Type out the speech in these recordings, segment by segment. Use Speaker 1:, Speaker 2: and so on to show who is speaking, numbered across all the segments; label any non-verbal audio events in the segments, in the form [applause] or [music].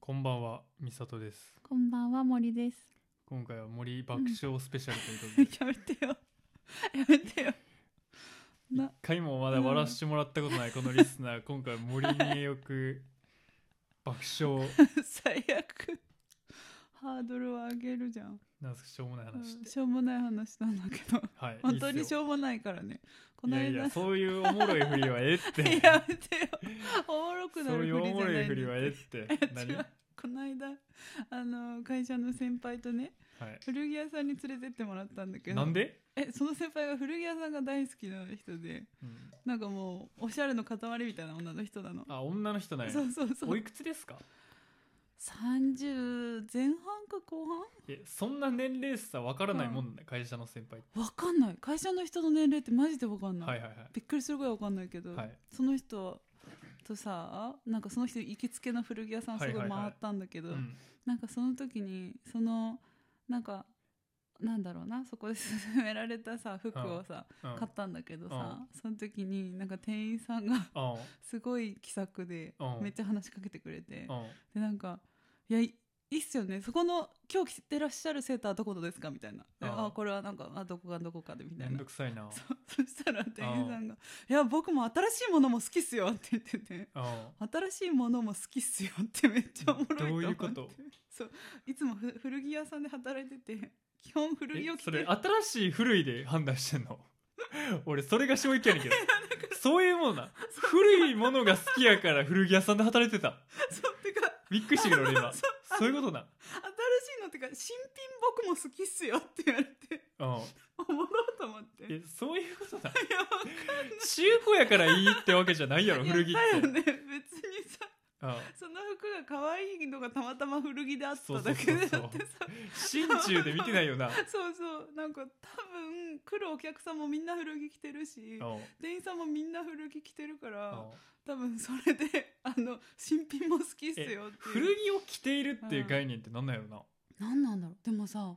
Speaker 1: こんばんは、みさとです。
Speaker 2: こんばんは
Speaker 1: [laughs]
Speaker 2: 森です。
Speaker 1: 今回は森爆笑スペシャルということ
Speaker 2: や
Speaker 1: で、
Speaker 2: め
Speaker 1: [laughs]
Speaker 2: てよ。やめてよ。
Speaker 1: 一、
Speaker 2: な
Speaker 1: 回もまだ笑わせてもらったことないこのリスナー、今回森によく爆笑、
Speaker 2: [laughs] 最悪。ハードルを上げるじゃん。
Speaker 1: なんすかしょうもない話っ
Speaker 2: うん
Speaker 1: て。
Speaker 2: しょうもない話なんだけど、
Speaker 1: はい、
Speaker 2: 本当にし
Speaker 1: ょ
Speaker 2: ょうもないからね。こ
Speaker 1: い
Speaker 2: の
Speaker 1: や
Speaker 2: 間
Speaker 1: いや、そういうおもろい振りはええって。
Speaker 2: [laughs] やめてよ。おもろくな
Speaker 1: そう
Speaker 2: る
Speaker 1: いう
Speaker 2: ふ
Speaker 1: お
Speaker 2: りじ
Speaker 1: も
Speaker 2: ゃ
Speaker 1: ろ
Speaker 2: ないい
Speaker 1: 振りはええっ
Speaker 2: んだ
Speaker 1: て。
Speaker 2: って
Speaker 1: 何
Speaker 2: 違うこの間あの会社の先輩とね
Speaker 1: はい。
Speaker 2: 古着屋さんに連れてってもらったんだけど
Speaker 1: なんで、
Speaker 2: えその先輩が古着屋さんが大好きな人で
Speaker 1: うん
Speaker 2: なんかもうおしゃれの塊みたいな女の人なの
Speaker 1: あ、女の人なんや
Speaker 2: そうそうそう
Speaker 1: おいくつですか
Speaker 2: 30前半か後
Speaker 1: え、そんな年齢差わからないもんなんだ、会社の先輩って。
Speaker 2: 半わかんない会社の人の年齢ってマジでわかんない、
Speaker 1: はいはいはい。
Speaker 2: びっくりするぐらいわかんないけど、
Speaker 1: はい
Speaker 2: その人とさなんかその人行きつけの古着屋さんすごい
Speaker 1: はい
Speaker 2: 回
Speaker 1: はいはい
Speaker 2: ったんだけど、
Speaker 1: うん。
Speaker 2: なんかその時にそのなんかなんだろうなそこで勧められたさ服をさ、
Speaker 1: うん。
Speaker 2: 買ったんだけどさ、その時になんか店員さんが
Speaker 1: う
Speaker 2: すごい気さくで、
Speaker 1: うん
Speaker 2: めっちゃ話しかけてくれて、
Speaker 1: ん。うん。
Speaker 2: でなんか「いやいいいっすよねそこの今日着てらっしゃるセーターどこどですか?」みたいな「で
Speaker 1: あ
Speaker 2: あ
Speaker 1: あ
Speaker 2: これはなんかあどこがどこかで」み
Speaker 1: め
Speaker 2: たい
Speaker 1: ん
Speaker 2: な
Speaker 1: どくさいな。
Speaker 2: そう [laughs] そしたら店員さんが「いや僕も新しいものも好きっすよ」って言ってて。
Speaker 1: うん
Speaker 2: 新しいものも好きっすよってめっちゃおもろいと思って
Speaker 1: どういうこと
Speaker 2: [laughs] そういつもふ古着屋さんで働いてて基本古着を
Speaker 1: え
Speaker 2: 着
Speaker 1: そ
Speaker 2: て
Speaker 1: れ新しい古いで判断してんの [laughs] 俺それが衝撃やねん
Speaker 2: [laughs]
Speaker 1: けどそういうもんな古いものが好きやから古着屋さんで働いてた
Speaker 2: [laughs] そうてか
Speaker 1: びっくりしたけど俺今
Speaker 2: [laughs] そ
Speaker 1: そういうことな
Speaker 2: 新しいのってか新品僕も好きっすよって言われて
Speaker 1: うん
Speaker 2: おもろいと思ってい
Speaker 1: えそういうことな
Speaker 2: やわかんない
Speaker 1: 中古やからいいってわけじゃないやろ古着っ
Speaker 2: い
Speaker 1: て
Speaker 2: やだよね別にさ
Speaker 1: うん
Speaker 2: その服が可愛いのがたまたま古着であっただけ
Speaker 1: そ
Speaker 2: で
Speaker 1: うそうそうそう
Speaker 2: だってさ
Speaker 1: 心中で見てないよな
Speaker 2: そうそうなんか多分来るお客さんもみんな古着着てるし
Speaker 1: うんうん
Speaker 2: 店員さんもみんな古着着てるから多分それであの新品も好きっすよって
Speaker 1: 古
Speaker 2: いう
Speaker 1: 着を着ているっていう概念ってなんなんやろな
Speaker 2: 何なんだろうでもさ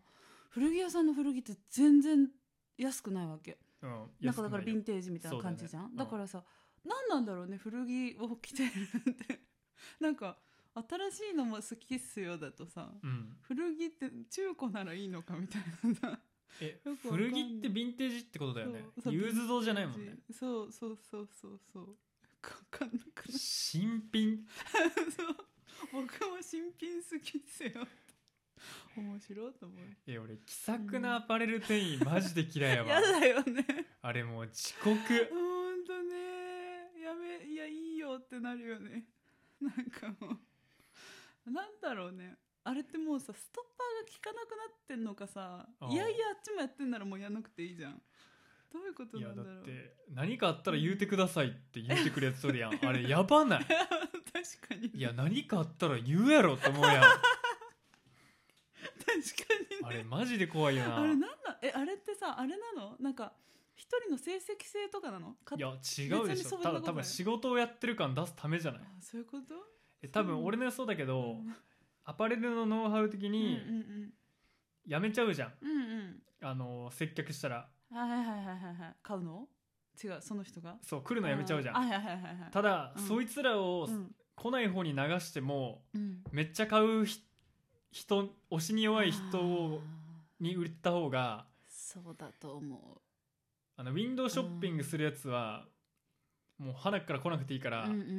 Speaker 2: 古着屋さんの古着って全然安くないわけ
Speaker 1: うん
Speaker 2: なんかだから
Speaker 1: 安くない
Speaker 2: ヴィ
Speaker 1: よ
Speaker 2: ンテージみたいな感じじゃん
Speaker 1: そ
Speaker 2: だ,、
Speaker 1: うだねうん
Speaker 2: からさ何なんだろうね古着を着てるってなんか新しいのも好きっすよだとさ
Speaker 1: うん
Speaker 2: 古着って中古ならいいのかみたいなさ
Speaker 1: え
Speaker 2: よくわかんない
Speaker 1: 古着ってヴィンテージってことだよね
Speaker 2: そうそう
Speaker 1: ユーズドじゃないもんね
Speaker 2: そうそうそうそうそう分かんなくなっ
Speaker 1: 新品
Speaker 2: たそう僕も新品好きっすよ面白いと思う
Speaker 1: え俺気さくなアパレル店員マジで嫌いやわ
Speaker 2: やだよね
Speaker 1: あれもう遅刻
Speaker 2: ほんとねやめいやいいよってなるよねなんかもうなんだろうねあれってもうさストッパーが効かなくなってんのかさ
Speaker 1: ああ
Speaker 2: いやいやあっちもやってんならもうやんなくていいじゃんどういうこと
Speaker 1: い
Speaker 2: な
Speaker 1: や
Speaker 2: ん
Speaker 1: だ
Speaker 2: だろ
Speaker 1: っ
Speaker 2: う
Speaker 1: て何かあったら言うてくださいって言ってくるやつおるやんあれやばない
Speaker 2: 確かに
Speaker 1: いや何かあったら言うやろって思うやん
Speaker 2: 確かにね
Speaker 1: あれマジで怖いよな
Speaker 2: あれなんだえあれってさあれなのなんか一人の成績制とかなのか
Speaker 1: いや違うでし
Speaker 2: 別に
Speaker 1: ょた
Speaker 2: そんなことな
Speaker 1: だ
Speaker 2: い
Speaker 1: 多分仕事をやってる感出すためじゃない
Speaker 2: あそういうこと
Speaker 1: え多分俺の予想だけ
Speaker 2: う
Speaker 1: ど
Speaker 2: ん
Speaker 1: アパレルのノウハウ的
Speaker 2: うん
Speaker 1: にやめちゃうじゃん
Speaker 2: うんうんうん
Speaker 1: あの接客したら
Speaker 2: うんはいはいはいはいはい買うの違うその人が
Speaker 1: そう来るのやめちゃうじゃ
Speaker 2: あー
Speaker 1: ん
Speaker 2: はいはいはいはいはい
Speaker 1: ただ
Speaker 2: うん
Speaker 1: そいつらを
Speaker 2: うん
Speaker 1: 来ない方に流しても
Speaker 2: うん
Speaker 1: めっちゃ買うひ人推しに弱い人を
Speaker 2: あ
Speaker 1: に売った方が
Speaker 2: ーそうだと思
Speaker 1: あのウィンドウショッピングするやつはもう花から来なくていいか
Speaker 2: う
Speaker 1: ら、
Speaker 2: うんうんうんう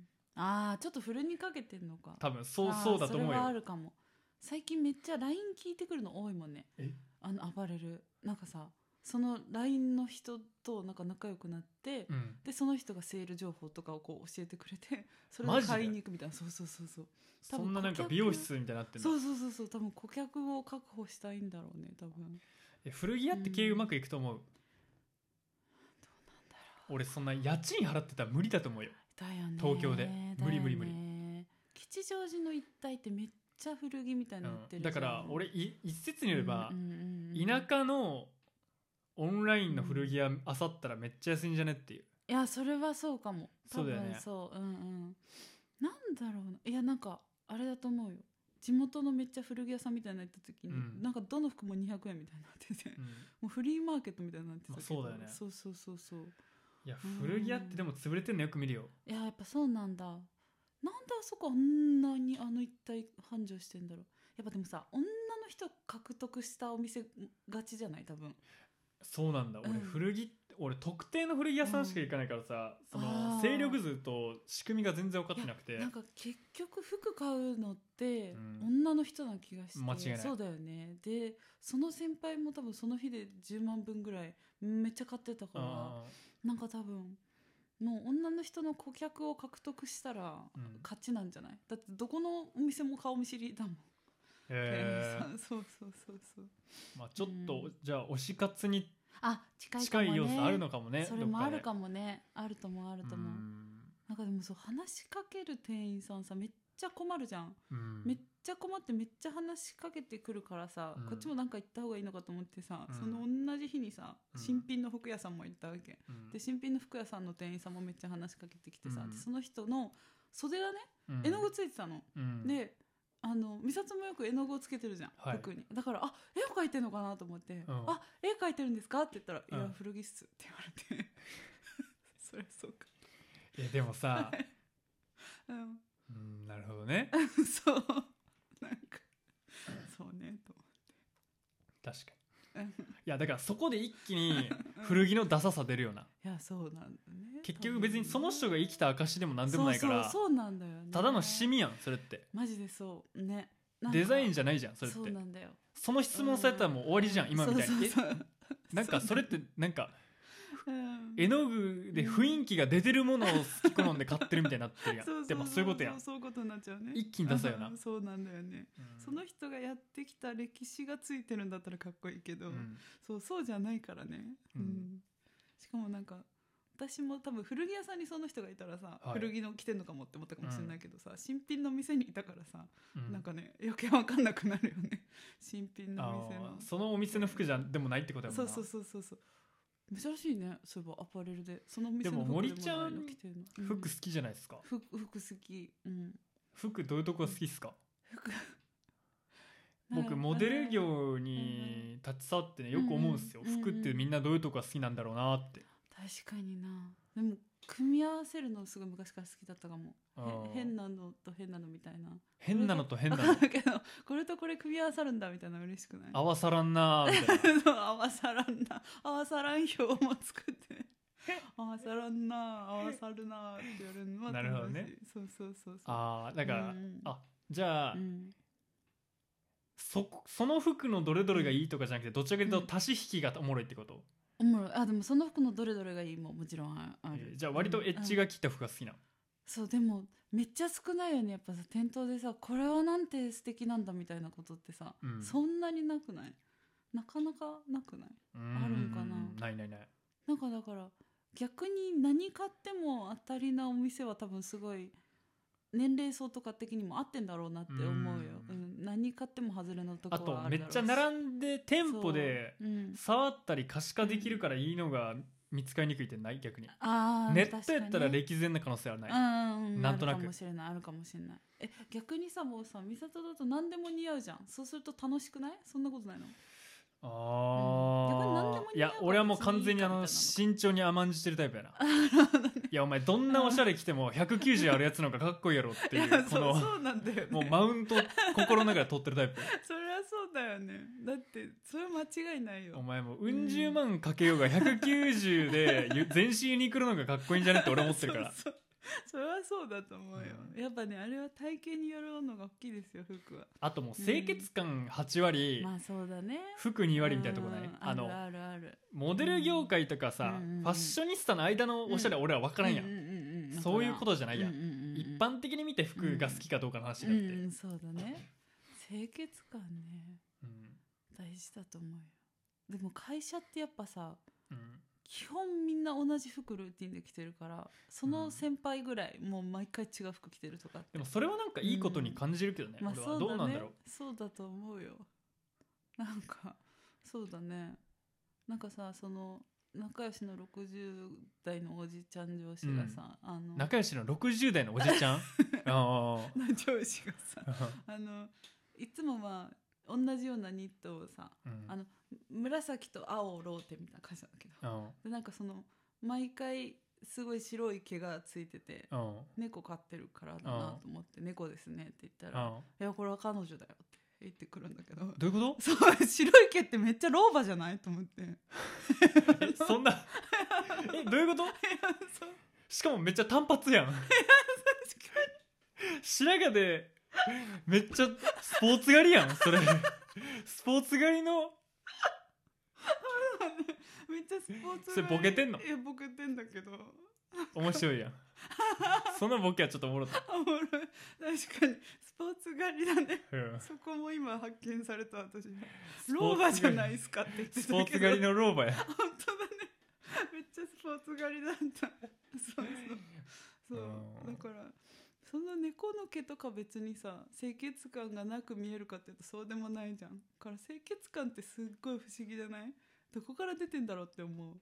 Speaker 2: んああちょっとふるにかけてんのか
Speaker 1: 多分そう
Speaker 2: あー
Speaker 1: そうだと思
Speaker 2: そうれはあ
Speaker 1: よ
Speaker 2: るかも最近めっちゃ LINE 聞いてくるの多いもんね
Speaker 1: え
Speaker 2: あの暴れるなんかさその LINE の人となんか仲良くなって、
Speaker 1: うん
Speaker 2: でその人がセール情報とかをこう教えてくれ
Speaker 1: [laughs]
Speaker 2: てそれ
Speaker 1: マ
Speaker 2: を
Speaker 1: ジで
Speaker 2: 買いに行くみたいなそうそうそうそう多
Speaker 1: そ
Speaker 2: 分
Speaker 1: んななんか
Speaker 2: 顧客
Speaker 1: 美容室みたいになってん
Speaker 2: そ
Speaker 1: の
Speaker 2: うそうそうそう多分顧客を確保したいんだろうね多分どうなんだ
Speaker 1: え古着屋って経営うまくいくと思う、俺そんな家賃払ってたら無理だと思うよ
Speaker 2: ろうだよね
Speaker 1: 東京で
Speaker 2: だよね
Speaker 1: 無理無理無理
Speaker 2: 吉祥寺の一帯ってめっちゃ古着みたいなの売って
Speaker 1: うん
Speaker 2: るじゃ
Speaker 1: だ
Speaker 2: ん
Speaker 1: から俺い一説によれば
Speaker 2: うんうんうんうん
Speaker 1: 田舎のオンラインの古着屋あさったらめっちゃ安いんじゃねっていう
Speaker 2: いやそれはそうかも多
Speaker 1: そうだ
Speaker 2: 分
Speaker 1: よね
Speaker 2: そううんうんなんだろうないやなんかあれだと思うよ地元のめっちゃ古着屋さんみたいなの行った時に、
Speaker 1: うん
Speaker 2: なんかどの服も200円みたいになってて、 [laughs]
Speaker 1: う
Speaker 2: も
Speaker 1: ん
Speaker 2: うフリーマーケットみたいになってたけど、
Speaker 1: まあそうだよね
Speaker 2: そうそうそうそう
Speaker 1: いや古着屋ってでも潰れてんのよく見るよ
Speaker 2: いややっぱそうなんだなんであそこあんなにあの一体繁盛してんだろうやっぱでもさ女の人獲得したお店がちじゃない多分
Speaker 1: そうなんだ俺
Speaker 2: うん
Speaker 1: 古着俺特定の古着屋さんしか行かないからさ、
Speaker 2: うん
Speaker 1: そ
Speaker 2: あ
Speaker 1: の
Speaker 2: ー
Speaker 1: 勢力図と仕組みが全然分かってなくて
Speaker 2: なんか結局服買うのって、
Speaker 1: うん
Speaker 2: 女の人な気がして
Speaker 1: 間違いない
Speaker 2: そうだよねでその先輩も多分その日で10万分ぐらいめっちゃ買ってたから
Speaker 1: あ
Speaker 2: なんか多分もう女の人の顧客を獲得したら
Speaker 1: ーうん
Speaker 2: 勝ちなんじゃないだってどこのお店も顔見知りだもん、
Speaker 1: へ
Speaker 2: 店員さんそうそうそうそう
Speaker 1: ーまあちょっと、
Speaker 2: うん
Speaker 1: じゃあ推し活に
Speaker 2: あ近いか
Speaker 1: 近
Speaker 2: も、ね、
Speaker 1: い要素あるのかもね
Speaker 2: それもある
Speaker 1: も
Speaker 2: かもねあるともあるとも、なんかでもそう話しかける店員さんさめっちゃ困るじゃん、めっちゃ困ってめっちゃ話しかけてくるからさ、
Speaker 1: うん
Speaker 2: こっちもなんか行った方がいいのかと思ってさ、
Speaker 1: うん
Speaker 2: その同じ日にさ
Speaker 1: うん
Speaker 2: 新品の服屋さんも行ったわけ、で新品の服屋さんの店員さんもめっちゃ話しかけてきてさ、
Speaker 1: うん
Speaker 2: でその人の袖がね絵の具ついてたの、であの美里もよく絵の具をつけてるじゃん、
Speaker 1: はい
Speaker 2: 服にだからあ絵を描いてるのかなと思って
Speaker 1: ん
Speaker 2: 「あ絵描いてるんですか?」って言ったら「
Speaker 1: うん
Speaker 2: いや古着っす」って言わ
Speaker 1: [laughs]
Speaker 2: れてそりゃそうか
Speaker 1: いやでも
Speaker 2: [laughs]
Speaker 1: さ、
Speaker 2: うん
Speaker 1: うん、なるほど
Speaker 2: [laughs]
Speaker 1: ね
Speaker 2: そうなんかそうねと
Speaker 1: 確か
Speaker 2: 思って
Speaker 1: にいやだからそこで一気に
Speaker 2: うん
Speaker 1: 古着のダサさ出るよない
Speaker 2: やそうなんだね
Speaker 1: 結局別にその人が生きた証でも何
Speaker 2: ん
Speaker 1: でもないから
Speaker 2: そうそうそうなんだよね
Speaker 1: ただのシミやんそれって
Speaker 2: マジでそうねなんか
Speaker 1: デザインじゃないじゃんそれって
Speaker 2: そうなんだよ
Speaker 1: その質問されたらもう終わりじゃん、今みたいに
Speaker 2: そうそうそう
Speaker 1: えなんかそれってなんか
Speaker 2: うん
Speaker 1: 絵の具で雰囲気が出てるものを好き好んで買ってるみたいになってるやん
Speaker 2: そうそう
Speaker 1: でもそういうことやん
Speaker 2: そうそういうことになっちゃうね
Speaker 1: 一気に出すよな
Speaker 2: うんそうなんだよね、その人がやってきた歴史がついてるんだったらかっこいいけど、
Speaker 1: うん
Speaker 2: そうそうじゃないからね、
Speaker 1: うん
Speaker 2: しかもなんか私も多分古着屋さんにその人がいたらさ、
Speaker 1: はい
Speaker 2: 古着の着てんのかもって思ったかもしれないけどさ、新品の店にいたからさ、
Speaker 1: うん
Speaker 2: なんかね余計わかんなくなるよね [laughs] 新品の店
Speaker 1: あ
Speaker 2: の
Speaker 1: ーそのお店の服じゃでもないってことやもん
Speaker 2: そう
Speaker 1: な
Speaker 2: そうそうそうそう珍しいねそういえばアパレルでその店の
Speaker 1: でも森
Speaker 2: 服
Speaker 1: ちゃん
Speaker 2: もないの着てるのうん
Speaker 1: 服好きじゃないですか
Speaker 2: 服服好き、うん、
Speaker 1: 服どういうとこが好きですか
Speaker 2: [laughs] 服
Speaker 1: 僕モデル業に立ち触ってねよく思うんですよ
Speaker 2: うんうん
Speaker 1: 服ってみんなどういうとこが好きなんだろうなって
Speaker 2: 確かになでも組み合わせるのすごい昔から好きだったかもへ
Speaker 1: うん
Speaker 2: 変なのと変なのみたいな
Speaker 1: 変なのと変な
Speaker 2: 分
Speaker 1: の
Speaker 2: か [laughs] んないけどこれとこれ組み合わさるんだみたいなの嬉しくない
Speaker 1: 合わさらんなーみたいな
Speaker 2: [laughs] そう合わさらんな合わさらん表も作って合わさらんな合わさるなって言われるのは
Speaker 1: なるほどね
Speaker 2: 楽しいそうそうそうそう
Speaker 1: あーだから、
Speaker 2: うん
Speaker 1: あじゃあ、
Speaker 2: うん
Speaker 1: そその服のどれどれがいいとかじゃなくてどちらかというと足し引きがおもろいってこと、
Speaker 2: おもろいあでもその服のどれどれがいいももちろんあある、
Speaker 1: えーじゃあ割とエッジ
Speaker 2: が、
Speaker 1: が効いた服が好きなの、
Speaker 2: そうでもめっちゃ少ないよねやっぱさ店頭でさこれはなんて素敵なんだみたいなことってさ、
Speaker 1: うん
Speaker 2: そんなになくないなかなかなくないあるんかな
Speaker 1: うんないないない
Speaker 2: なんかだから逆に何買っても当たりなお店は多分すごい年齢層とか的にも合ってんだろうなって思うよ、う
Speaker 1: うん
Speaker 2: 何買っても外れのとこ
Speaker 1: あ
Speaker 2: は
Speaker 1: と
Speaker 2: あ
Speaker 1: め
Speaker 2: る
Speaker 1: っ
Speaker 2: だろうし
Speaker 1: ちゃ並んで店舗で
Speaker 2: そううん
Speaker 1: 触ったり可視化できるからいいのが見つかりにくいってない逆に
Speaker 2: あー
Speaker 1: ネットやったら
Speaker 2: 確かに
Speaker 1: 歴然な可能性はない、
Speaker 2: うんうんうん、
Speaker 1: なんとなく
Speaker 2: あるかもしれないあるかもしれないえ逆にさもうさ美里だと何でも似合うじゃんそうすると楽しくないそんなことない
Speaker 1: [laughs]
Speaker 2: の
Speaker 1: あ
Speaker 2: うん逆に何で
Speaker 1: あ
Speaker 2: も似合うから
Speaker 1: いや俺はもう完全にあの
Speaker 2: 別に
Speaker 1: 慎重に甘んじてるタイプやないやお前どんなおしゃれ着ても190あるやつの方がかっこいいやろって
Speaker 2: [laughs]
Speaker 1: いうこ
Speaker 2: そう
Speaker 1: の
Speaker 2: そうなんだよね
Speaker 1: もうマウント心の中で取ってるタイプ
Speaker 2: [laughs] そりゃそうだよねだってそれは間違いないよ
Speaker 1: [laughs] お前もううん十万かけようが190でゆ [laughs] 全身ユニクロの方がかっこいいんじゃねって俺は思ってるから
Speaker 2: そうそうそれはそうだと思うよ、
Speaker 1: う
Speaker 2: やっぱねあれは体型によるのが大きいですよ服は
Speaker 1: あともう清潔感8割、
Speaker 2: まあそうだね
Speaker 1: 服2割みたいなとこない、
Speaker 2: うん
Speaker 1: あの
Speaker 2: るあるある
Speaker 1: モデル業界とかさ、
Speaker 2: うんうんうん
Speaker 1: ファッショニスタの間のおしゃれは俺は分からんやん、
Speaker 2: ううんうん
Speaker 1: そういうことじゃないやん、
Speaker 2: うんうんうんうん
Speaker 1: 一般的に見て服が好きかどうかの話
Speaker 2: う
Speaker 1: であって、
Speaker 2: んうんそうだね清潔感ね
Speaker 1: うん
Speaker 2: 大事だと思うよでも会社ってやっぱさ
Speaker 1: うん
Speaker 2: 基本みんな同じ服ルーティンで着てるからそうの
Speaker 1: ん
Speaker 2: 先輩ぐらいもう毎回違う服着てるとかって
Speaker 1: でもそれはなんかいいことに感じるけどね、
Speaker 2: まあ
Speaker 1: 俺
Speaker 2: そ
Speaker 1: は
Speaker 2: う
Speaker 1: どうな
Speaker 2: だ
Speaker 1: ん
Speaker 2: ね
Speaker 1: だろう
Speaker 2: そうだと思うよなんかそうだねなんかさその仲良しの60代のおじちゃん上司がさ、あの
Speaker 1: 仲良しの60代のおじちゃんああ
Speaker 2: 上司がさあのいつもは同じようなニットをさ
Speaker 1: うん
Speaker 2: あの紫と青をローテみたいな感じなんだけど
Speaker 1: うん
Speaker 2: でなんかその毎回すごい白い毛がついてて
Speaker 1: うんうん
Speaker 2: 猫飼ってるからだなと思って「猫ですね」って言ったら「いやこれは彼女だよ」って言ってくるんだけど
Speaker 1: どういうこ
Speaker 2: そう白い毛ってめっちゃ老婆じゃないと思って [laughs] いや
Speaker 1: とえ [laughs] そんなえどういうこと
Speaker 2: そう
Speaker 1: しかもめっちゃ単発やん [laughs]
Speaker 2: 確かに
Speaker 1: 白髪でめっちゃスポーツ狩りやんそれスポーツ狩りの
Speaker 2: めっちゃスポーツ
Speaker 1: それボケてんの
Speaker 2: いやボケてんだけど [laughs]
Speaker 1: 面白いやんそのボケはちょっとおもろかっ
Speaker 2: おもろい確かにスポーツ狩りだね
Speaker 1: た、うん
Speaker 2: そこも今発見された
Speaker 1: ポ
Speaker 2: 私
Speaker 1: ーツ狩り
Speaker 2: 老婆じゃないっすかって言ってたけ
Speaker 1: ス
Speaker 2: ど
Speaker 1: ポーツ狩りの老婆や
Speaker 2: 本当だねめっちゃスポーツ狩りだったそうそうそううんだからその猫の毛とか別にさ清潔感がなく見えるかっていうとそうでもないじゃんだから清潔感ってすっごい不思議じゃないどこから出てんだろうって思う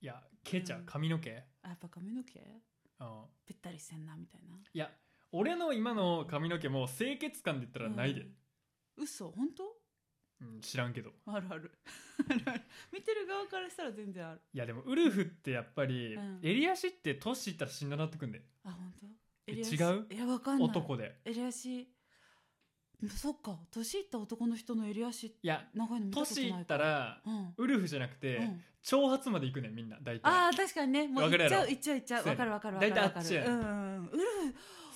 Speaker 1: いや毛ちゃう髪の毛、
Speaker 2: あやっぱ髪の毛
Speaker 1: うん、
Speaker 2: ぺったりしてんなみたいない
Speaker 1: や俺の今の髪の毛も清潔感で言ったらないで、
Speaker 2: うん、嘘本当
Speaker 1: うん、知らんけど
Speaker 2: あるあ [laughs] るあるある見てる側からしたら全然ある
Speaker 1: いやでもウルフってやっぱり、
Speaker 2: うん
Speaker 1: 襟足って年いったら死んだなってくんで
Speaker 2: あ本当
Speaker 1: え
Speaker 2: 襟足
Speaker 1: 違う
Speaker 2: いやわかんない
Speaker 1: 男で
Speaker 2: 襟足そっか年いった男の人の襟足
Speaker 1: いや
Speaker 2: 長いの見たこと
Speaker 1: 年い
Speaker 2: ない
Speaker 1: ったら
Speaker 2: うん、
Speaker 1: ウルフじゃなくて、
Speaker 2: うん、
Speaker 1: 長髪まで行くねんみんな大体
Speaker 2: あー確かにねもう
Speaker 1: わ
Speaker 2: い
Speaker 1: か
Speaker 2: っ
Speaker 1: るや
Speaker 2: ちゃ
Speaker 1: ろ
Speaker 2: ういっちゃういっちゃう
Speaker 1: そうや
Speaker 2: わ
Speaker 1: ね
Speaker 2: かるわかるわかるわ
Speaker 1: 大体
Speaker 2: か
Speaker 1: あっち
Speaker 2: る
Speaker 1: やね
Speaker 2: うんうんうんウル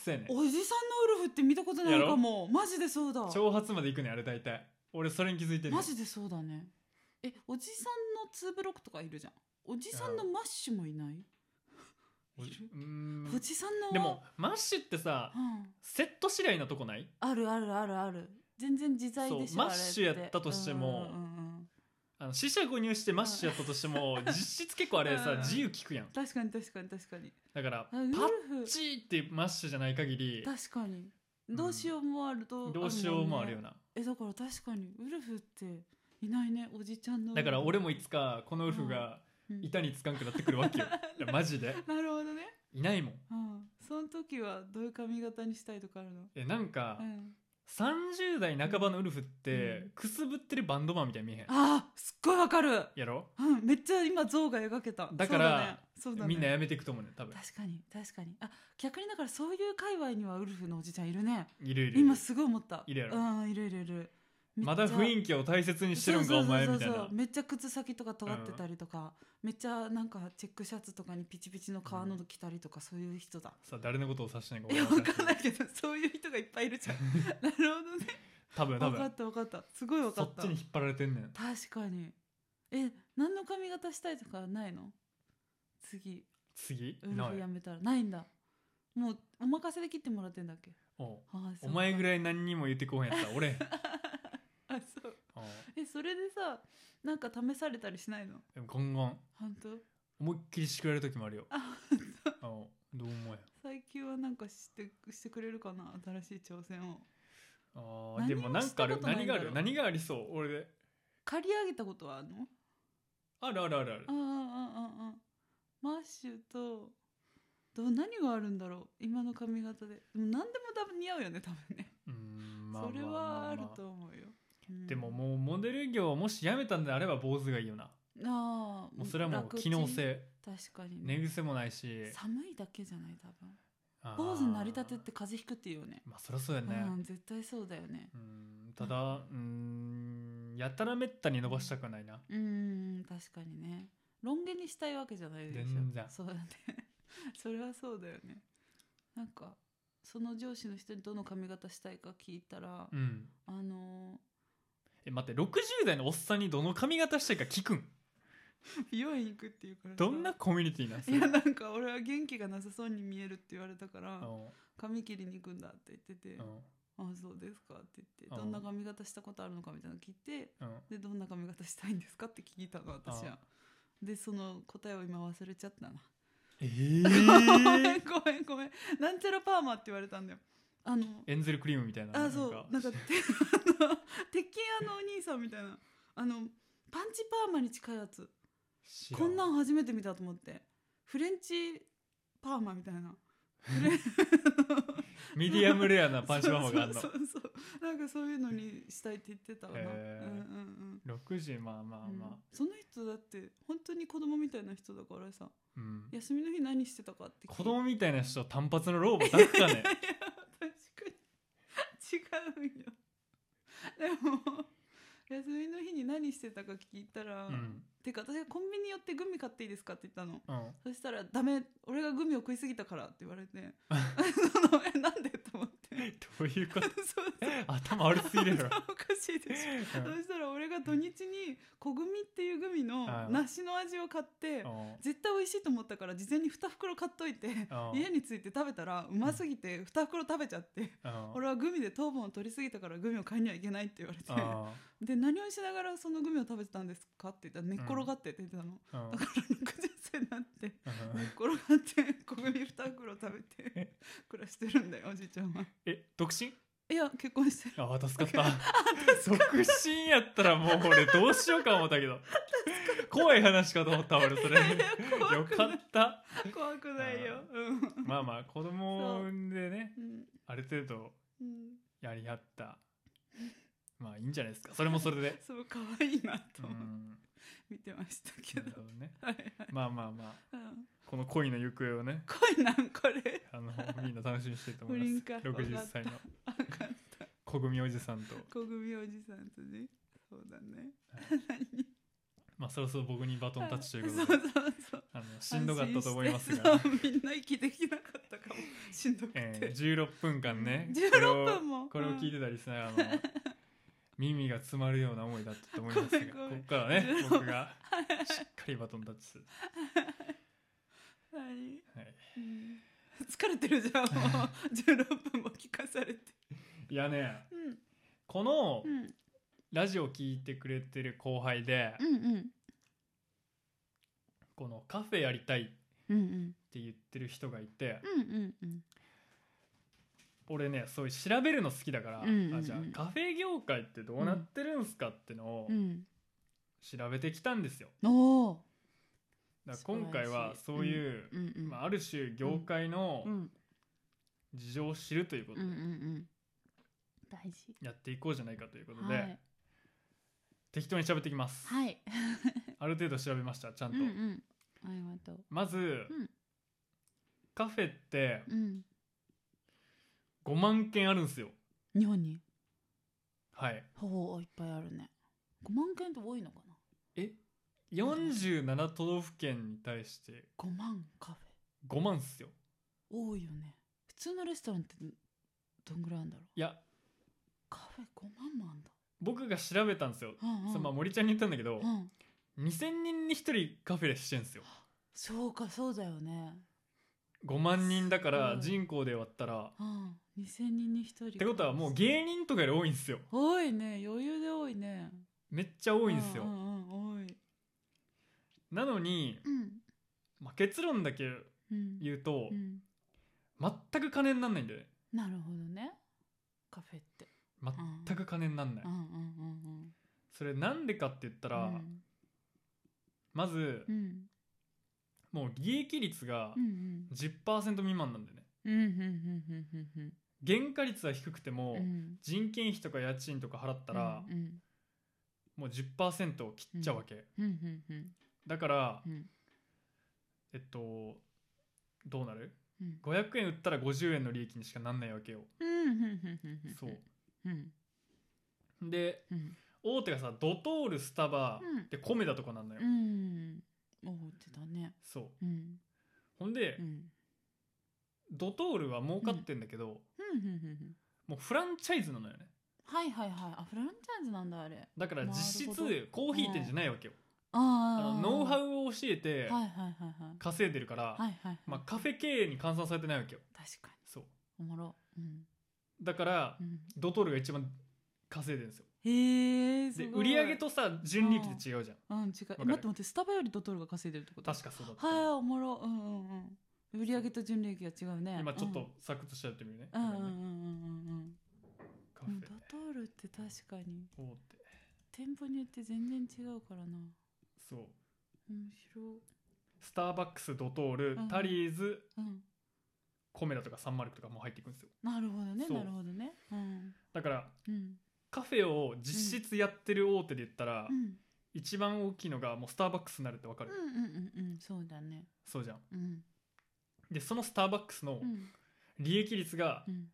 Speaker 1: そうやねん
Speaker 2: フおじさんのウルフって見たことないかもマジでそうだ
Speaker 1: 長髪まで行くねんあれ大体俺それに気づいてる
Speaker 2: マジでそうだねえおじさんのツーブロックとかいるじゃんおじさんのマッシュもいない、
Speaker 1: うーん
Speaker 2: おじさんのは
Speaker 1: でもマッシュってさ
Speaker 2: うん、
Speaker 1: セット次第なとこない
Speaker 2: あるあるあるある全然自在でし
Speaker 1: そ
Speaker 2: ょ
Speaker 1: うマッシュやったとしても
Speaker 2: あれってうんうんうんうん
Speaker 1: あの四捨五入してマッシュやったとしても実質結構あれ
Speaker 2: う
Speaker 1: さ
Speaker 2: ん
Speaker 1: 自由聞くやん
Speaker 2: 確かに確かに確かに
Speaker 1: だから
Speaker 2: あ
Speaker 1: パ
Speaker 2: ウ
Speaker 1: ッ
Speaker 2: ルフ
Speaker 1: チーってマッシュじゃない限り
Speaker 2: 確かに
Speaker 1: うん
Speaker 2: どうしようもあると、
Speaker 1: どうしようもあるよ
Speaker 2: な
Speaker 1: な
Speaker 2: えだから確かにウルフっていないねおじちゃんの
Speaker 1: だから俺もいつかこのウルフが
Speaker 2: うん
Speaker 1: 板につかんくなってくるわけ
Speaker 2: [laughs]
Speaker 1: よいやマジで
Speaker 2: なるほどね
Speaker 1: いないもん
Speaker 2: うんその時はどういう髪型にしたいとかあるの
Speaker 1: えなんか
Speaker 2: うん
Speaker 1: 30代半ばのウルフって
Speaker 2: うん
Speaker 1: くすぶってるバンドマンみたいに見えへん
Speaker 2: あーすっごいわかる
Speaker 1: やろ
Speaker 2: うんめっちゃ今像が描けた
Speaker 1: だから
Speaker 2: そうだねそうだね
Speaker 1: みんなやめていくと思うねん多分
Speaker 2: 確かに確かにあ逆にだからそういう界隈にはウルフのおじちゃんいるね
Speaker 1: いるいるいる
Speaker 2: 今すごい思った
Speaker 1: いるやろ
Speaker 2: うんいるいるいる
Speaker 1: まだ雰
Speaker 2: 囲
Speaker 1: 囲気を大切にしてるんかお前みたいな
Speaker 2: めっちゃ靴先とか尖ってたりとか、めっちゃなんかチェックシャツとかにピチピチの革の着たりとかそういう人だ、
Speaker 1: さあ誰のことを指してんのか
Speaker 2: いや
Speaker 1: 分
Speaker 2: 分かんないけどそういう人がいっぱいい
Speaker 1: [laughs]
Speaker 2: るじゃんなるほどね
Speaker 1: 多分多
Speaker 2: 分か
Speaker 1: 分
Speaker 2: った分かったすごい分か
Speaker 1: そ
Speaker 2: っ
Speaker 1: ったちに引っ張られてんねん
Speaker 2: 確かにえ何の髪型したいとかないの次
Speaker 1: 次
Speaker 2: ウル
Speaker 1: な
Speaker 2: フや
Speaker 1: い
Speaker 2: めたらないんだもうお任せで切ってもらってんだっけ
Speaker 1: おう
Speaker 2: あ
Speaker 1: お前ぐ
Speaker 2: い
Speaker 1: らい何にも言ってこうへんやったら
Speaker 2: [laughs]
Speaker 1: 俺
Speaker 2: あそう
Speaker 1: おう
Speaker 2: えそれでさなんか試されたりしないの
Speaker 1: でもゴンゴン
Speaker 2: 本当
Speaker 1: 思いっきりしてくれる時もあるよ
Speaker 2: あ本当
Speaker 1: おうどう思うや
Speaker 2: 最近はなんかしてしてくれるかな新しい挑戦を
Speaker 1: あーでも
Speaker 2: 何も
Speaker 1: なんかある
Speaker 2: したことない
Speaker 1: 何
Speaker 2: ん
Speaker 1: が
Speaker 2: だ
Speaker 1: あ
Speaker 2: ろう
Speaker 1: る何がありそう俺で
Speaker 2: 借り上げたことはあるの
Speaker 1: あるあるあるある
Speaker 2: ああああああマッシュとどう何があるんだろう今の髪型ででも何でも多分似合うよね多分ね、
Speaker 1: うーんまあ
Speaker 2: それ
Speaker 1: まあま
Speaker 2: はあ
Speaker 1: あ
Speaker 2: る
Speaker 1: まあ
Speaker 2: と思うよ、うん
Speaker 1: でももうモデル業をもし辞めたんであれば坊主がいいよな
Speaker 2: ああ
Speaker 1: もうそれはもう機能性
Speaker 2: 確かに
Speaker 1: 寝
Speaker 2: ね
Speaker 1: 癖もないし
Speaker 2: 寒いだけじゃない多分
Speaker 1: あー
Speaker 2: 坊主になりたてって風邪ひくっていうよね
Speaker 1: まあそりゃそうやね
Speaker 2: うん絶対そうだよね
Speaker 1: うんただうんやたらめったに伸ばしたくないな
Speaker 2: うーん確かにねロン毛にしたいわけじゃないでしょ
Speaker 1: 全然
Speaker 2: そうだね [laughs] それはそうだよねなんかその上司の人にどの髪型したいか聞いたら、
Speaker 1: うん
Speaker 2: あの
Speaker 1: え待って60代のおっさんにどの髪型したいか聞くん
Speaker 2: ー美容院行くっていうからさ
Speaker 1: どんなコミュニティなんす
Speaker 2: いやなんか俺は元気がなさそうに見えるって言われたから
Speaker 1: うん
Speaker 2: 髪切りに行くんだって言ってて「
Speaker 1: うん
Speaker 2: ああそうですか」って言って「
Speaker 1: うん
Speaker 2: どんな髪型したことあるのか」みたいなの聞いて
Speaker 1: うん
Speaker 2: でどんな髪型したいんですかって聞いたの私はでその答えを今忘れちゃったな
Speaker 1: え
Speaker 2: ごめん
Speaker 1: ー、
Speaker 2: ごめんごめんなんちゃらパーマって言われたんだよあの
Speaker 1: [laughs] エンゼルクリームみたいな
Speaker 2: あそう
Speaker 1: なんか
Speaker 2: なんかて [laughs] あの鉄筋屋のお兄さんみたいなあのパンチパーマに近いやつ
Speaker 1: 知ら
Speaker 2: こんなん初めて見たと思ってフレンチパーマみたいなフレン
Speaker 1: [laughs] ミディアムレアなパンチママがあんの
Speaker 2: [laughs] そうそうそうなんかそういうのにしたいって言ってたな、
Speaker 1: へ
Speaker 2: う
Speaker 1: ー
Speaker 2: んうん
Speaker 1: 6時まあま
Speaker 2: う
Speaker 1: あ
Speaker 2: ん
Speaker 1: まあ
Speaker 2: その人だって本当に子供みたいな人だからさ
Speaker 1: うん、
Speaker 2: 休みの日何してたかって聞い
Speaker 1: 子供みたいな人単発の老婆だったね
Speaker 2: いや確かに違うよでも休みの日に何してたか聞いたら、
Speaker 1: うん
Speaker 2: てか私がコンビニ寄ってグミ買っていいですかって言ったの
Speaker 1: うん
Speaker 2: そしたら「ダメ俺がグミを食いすぎたから」って言わ
Speaker 1: [laughs]
Speaker 2: れてそのえなんでと思って
Speaker 1: どういうこと
Speaker 2: そう
Speaker 1: 頭悪すぎるやろ
Speaker 2: おかしいでしょ
Speaker 1: うん
Speaker 2: そしたら俺が土日に小グミっていうグミの
Speaker 1: うん
Speaker 2: 梨の味を買って
Speaker 1: うん
Speaker 2: 絶対美味しいと思ったから事前に2袋買っといて
Speaker 1: うん
Speaker 2: 家に着いて食べたらうますぎて2袋食べちゃって
Speaker 1: うん
Speaker 2: 俺はグミで糖分を取りすぎたからグミを買いにはいけないって言われて
Speaker 1: あ
Speaker 2: で何をしながらそのグミを食べてたんですかって言ったら寝っ転がってって言ってたの、
Speaker 1: ーうん
Speaker 2: だから60歳になって
Speaker 1: うん
Speaker 2: 寝っ転がって小グミ2袋食べて
Speaker 1: [laughs]
Speaker 2: 暮らしてるんだよおじいちゃんは
Speaker 1: え独身
Speaker 2: いや結
Speaker 1: [laughs]
Speaker 2: 婚してる
Speaker 1: ああ助かった独身やったらもう俺どうしようか思ったけど怖い話かと思った俺それ
Speaker 2: いや怖
Speaker 1: よ
Speaker 2: く
Speaker 1: か
Speaker 2: な
Speaker 1: った
Speaker 2: い怖くないようん
Speaker 1: まあまあ子供を産んでね
Speaker 2: うん
Speaker 1: ある程度
Speaker 2: うん
Speaker 1: やり合ったまあいいんじゃないですかそれもそれで
Speaker 2: そう可愛いな
Speaker 1: う
Speaker 2: と
Speaker 1: ん
Speaker 2: 見てましたけ
Speaker 1: なる、ほ
Speaker 2: ど
Speaker 1: どね
Speaker 2: はいはい
Speaker 1: まあまあまあ
Speaker 2: うん
Speaker 1: この恋の行方をね
Speaker 2: 恋なんこれ
Speaker 1: あのみんな楽しみにしてると思い
Speaker 2: 不倫
Speaker 1: ま
Speaker 2: か
Speaker 1: す60歳の
Speaker 2: あ分かった
Speaker 1: 小組おじさんと
Speaker 2: 小組おじさんとねそうだね、
Speaker 1: は
Speaker 2: 何
Speaker 1: まあそろそろ僕にバトンタッチということで
Speaker 2: そうそうそう
Speaker 1: あのしんどかったと思います
Speaker 2: 安
Speaker 1: が、
Speaker 2: 心してそうみんな息できなかったかもしんどくて、
Speaker 1: えー、16分間ね
Speaker 2: 16
Speaker 1: これを
Speaker 2: 分も
Speaker 1: これを聞いてたりしながらの耳が詰まるような思いだったと思いますがこ
Speaker 2: ごめんごめん
Speaker 1: こからね
Speaker 2: 16
Speaker 1: 僕がしっかりバトンタッチする、
Speaker 2: 何
Speaker 1: はい、
Speaker 2: うん疲れてるじゃんもう
Speaker 1: [laughs]
Speaker 2: 16分も聞かされて
Speaker 1: いやね
Speaker 2: うん
Speaker 1: この
Speaker 2: うん
Speaker 1: ラジオ聞いてくれてる後輩で
Speaker 2: うんうん
Speaker 1: このカフェやりたいっ
Speaker 2: うんうん
Speaker 1: て言ってる人がいて
Speaker 2: うんうん
Speaker 1: 俺ねそういう調べるの好きだから、
Speaker 2: うんうんうん
Speaker 1: あじゃあカフェ業界ってどうなってるんすかってのを
Speaker 2: うん
Speaker 1: 調べてきたんですよ。
Speaker 2: うんおお
Speaker 1: だから今回は
Speaker 2: 素晴らしい
Speaker 1: そういう、
Speaker 2: うんうん
Speaker 1: まあ、ある種業界の
Speaker 2: うん
Speaker 1: 事情を知るということ
Speaker 2: うんうんう
Speaker 1: で
Speaker 2: ん大事
Speaker 1: やっていこうじゃないかということで、
Speaker 2: はい
Speaker 1: 適当に喋ってきます、
Speaker 2: はい
Speaker 1: ある程度調べましたちゃん
Speaker 2: う
Speaker 1: と、
Speaker 2: んうんありがとう
Speaker 1: まず、
Speaker 2: ん
Speaker 1: カフェって
Speaker 2: うん
Speaker 1: 5万件あるんですよ
Speaker 2: 日本に
Speaker 1: はい
Speaker 2: ほういっぱいあるね5万件って多いのかな
Speaker 1: え47都道府県に対して
Speaker 2: 5万カフェ
Speaker 1: 5万っすよ
Speaker 2: 多いよね普通のレストランってどんぐらいあるんだろう
Speaker 1: いや
Speaker 2: カフェ5万もあんだ
Speaker 1: 僕が調べたんですよ、
Speaker 2: うんうん
Speaker 1: そのまあ森ちゃんに言ったんだけど、
Speaker 2: うん
Speaker 1: 2000人に1人カフェでしてんすよ
Speaker 2: そうかそうだよね
Speaker 1: 5万人だから
Speaker 2: すごい
Speaker 1: 人口で割ったら
Speaker 2: うん2000人に1人っ
Speaker 1: ってことはもう芸人とかより多いんですよ
Speaker 2: 多いね余裕で多いね
Speaker 1: めっちゃ多いんですよ、
Speaker 2: うんうんうん多い
Speaker 1: なのに、
Speaker 2: うん
Speaker 1: まあ、結論だけ
Speaker 2: うん
Speaker 1: 言うと、
Speaker 2: うん
Speaker 1: 全く金になんないんだよね
Speaker 2: なるほどねカフェって
Speaker 1: 全く金になんない、
Speaker 2: うんうんうんうん
Speaker 1: それなんでかって言ったら、
Speaker 2: うん
Speaker 1: まず、
Speaker 2: うん
Speaker 1: もう利益率が
Speaker 2: うんうん
Speaker 1: 10%未満なんでね
Speaker 2: うんうんうんうんうん
Speaker 1: 原価率は低くても、
Speaker 2: うんうん
Speaker 1: 人件費とか家賃とか払ったら、
Speaker 2: うん
Speaker 1: もう10%を切っちゃうわけ、
Speaker 2: うんうんうん
Speaker 1: だから、
Speaker 2: うん
Speaker 1: えっとどうなる
Speaker 2: うん
Speaker 1: 500円売ったら50円の利益にしかなんないわけよ、
Speaker 2: うんうんうんうんうん
Speaker 1: そう
Speaker 2: うん
Speaker 1: で
Speaker 2: うん
Speaker 1: 大手がさドトールスタバ、
Speaker 2: うん
Speaker 1: でコメダとかなんだよ、
Speaker 2: うんおうってたね
Speaker 1: そう
Speaker 2: うん
Speaker 1: ほんで、
Speaker 2: うん
Speaker 1: ドトールは儲かってんだけど、
Speaker 2: うんうんうんうん
Speaker 1: もうフランチャイズなのよね
Speaker 2: はいはいはいあフランチャイズなんだあれ
Speaker 1: だから実
Speaker 2: な
Speaker 1: 質
Speaker 2: るほど
Speaker 1: コーヒー店じゃないわけよ、あ
Speaker 2: ああ
Speaker 1: のノウハ
Speaker 2: ウ
Speaker 1: ウを教えて
Speaker 2: はいはいはいはい
Speaker 1: 稼いでるから、
Speaker 2: はいはいはい
Speaker 1: まあ、カフェ経営に換算されてないわけよ
Speaker 2: 確か
Speaker 1: そう
Speaker 2: におもろうん
Speaker 1: だから
Speaker 2: うん
Speaker 1: ドトールが一番稼いでるんですよ
Speaker 2: へえす
Speaker 1: で売
Speaker 2: ごい
Speaker 1: り上げとさ純利益って違うじゃん
Speaker 2: うん違うえ
Speaker 1: る
Speaker 2: 待って待ってスタバよりドトールが稼いでるってこと
Speaker 1: 確かそうだった、
Speaker 2: はいおもろうんうんうん売り上げと純利益が違うね
Speaker 1: 今ちょっとサクッとしちゃってみるね,、
Speaker 2: うんうん
Speaker 1: ご
Speaker 2: うん
Speaker 1: め
Speaker 2: うん
Speaker 1: ね
Speaker 2: んうんうん
Speaker 1: カ
Speaker 2: う
Speaker 1: フ
Speaker 2: ん
Speaker 1: ェ
Speaker 2: ドトールって確かに
Speaker 1: 大手
Speaker 2: 店舗によって全然違うからな
Speaker 1: そう
Speaker 2: 面白い
Speaker 1: スターバックスドトール、
Speaker 2: うん
Speaker 1: タリーズ
Speaker 2: うん
Speaker 1: コメダとかサンマルクとかも入っていくんですよ
Speaker 2: なるほどね
Speaker 1: そう
Speaker 2: なるほどねうん
Speaker 1: だだから
Speaker 2: うん
Speaker 1: カフェを実質やってる大手で言ったら、
Speaker 2: うん
Speaker 1: 一番大きいのがもうスターバックスになるってわか
Speaker 2: う
Speaker 1: る、
Speaker 2: んうんうんうんそうだね
Speaker 1: そうじゃん
Speaker 2: うん
Speaker 1: でそのスターバックスの
Speaker 2: うん
Speaker 1: 利益率が
Speaker 2: うん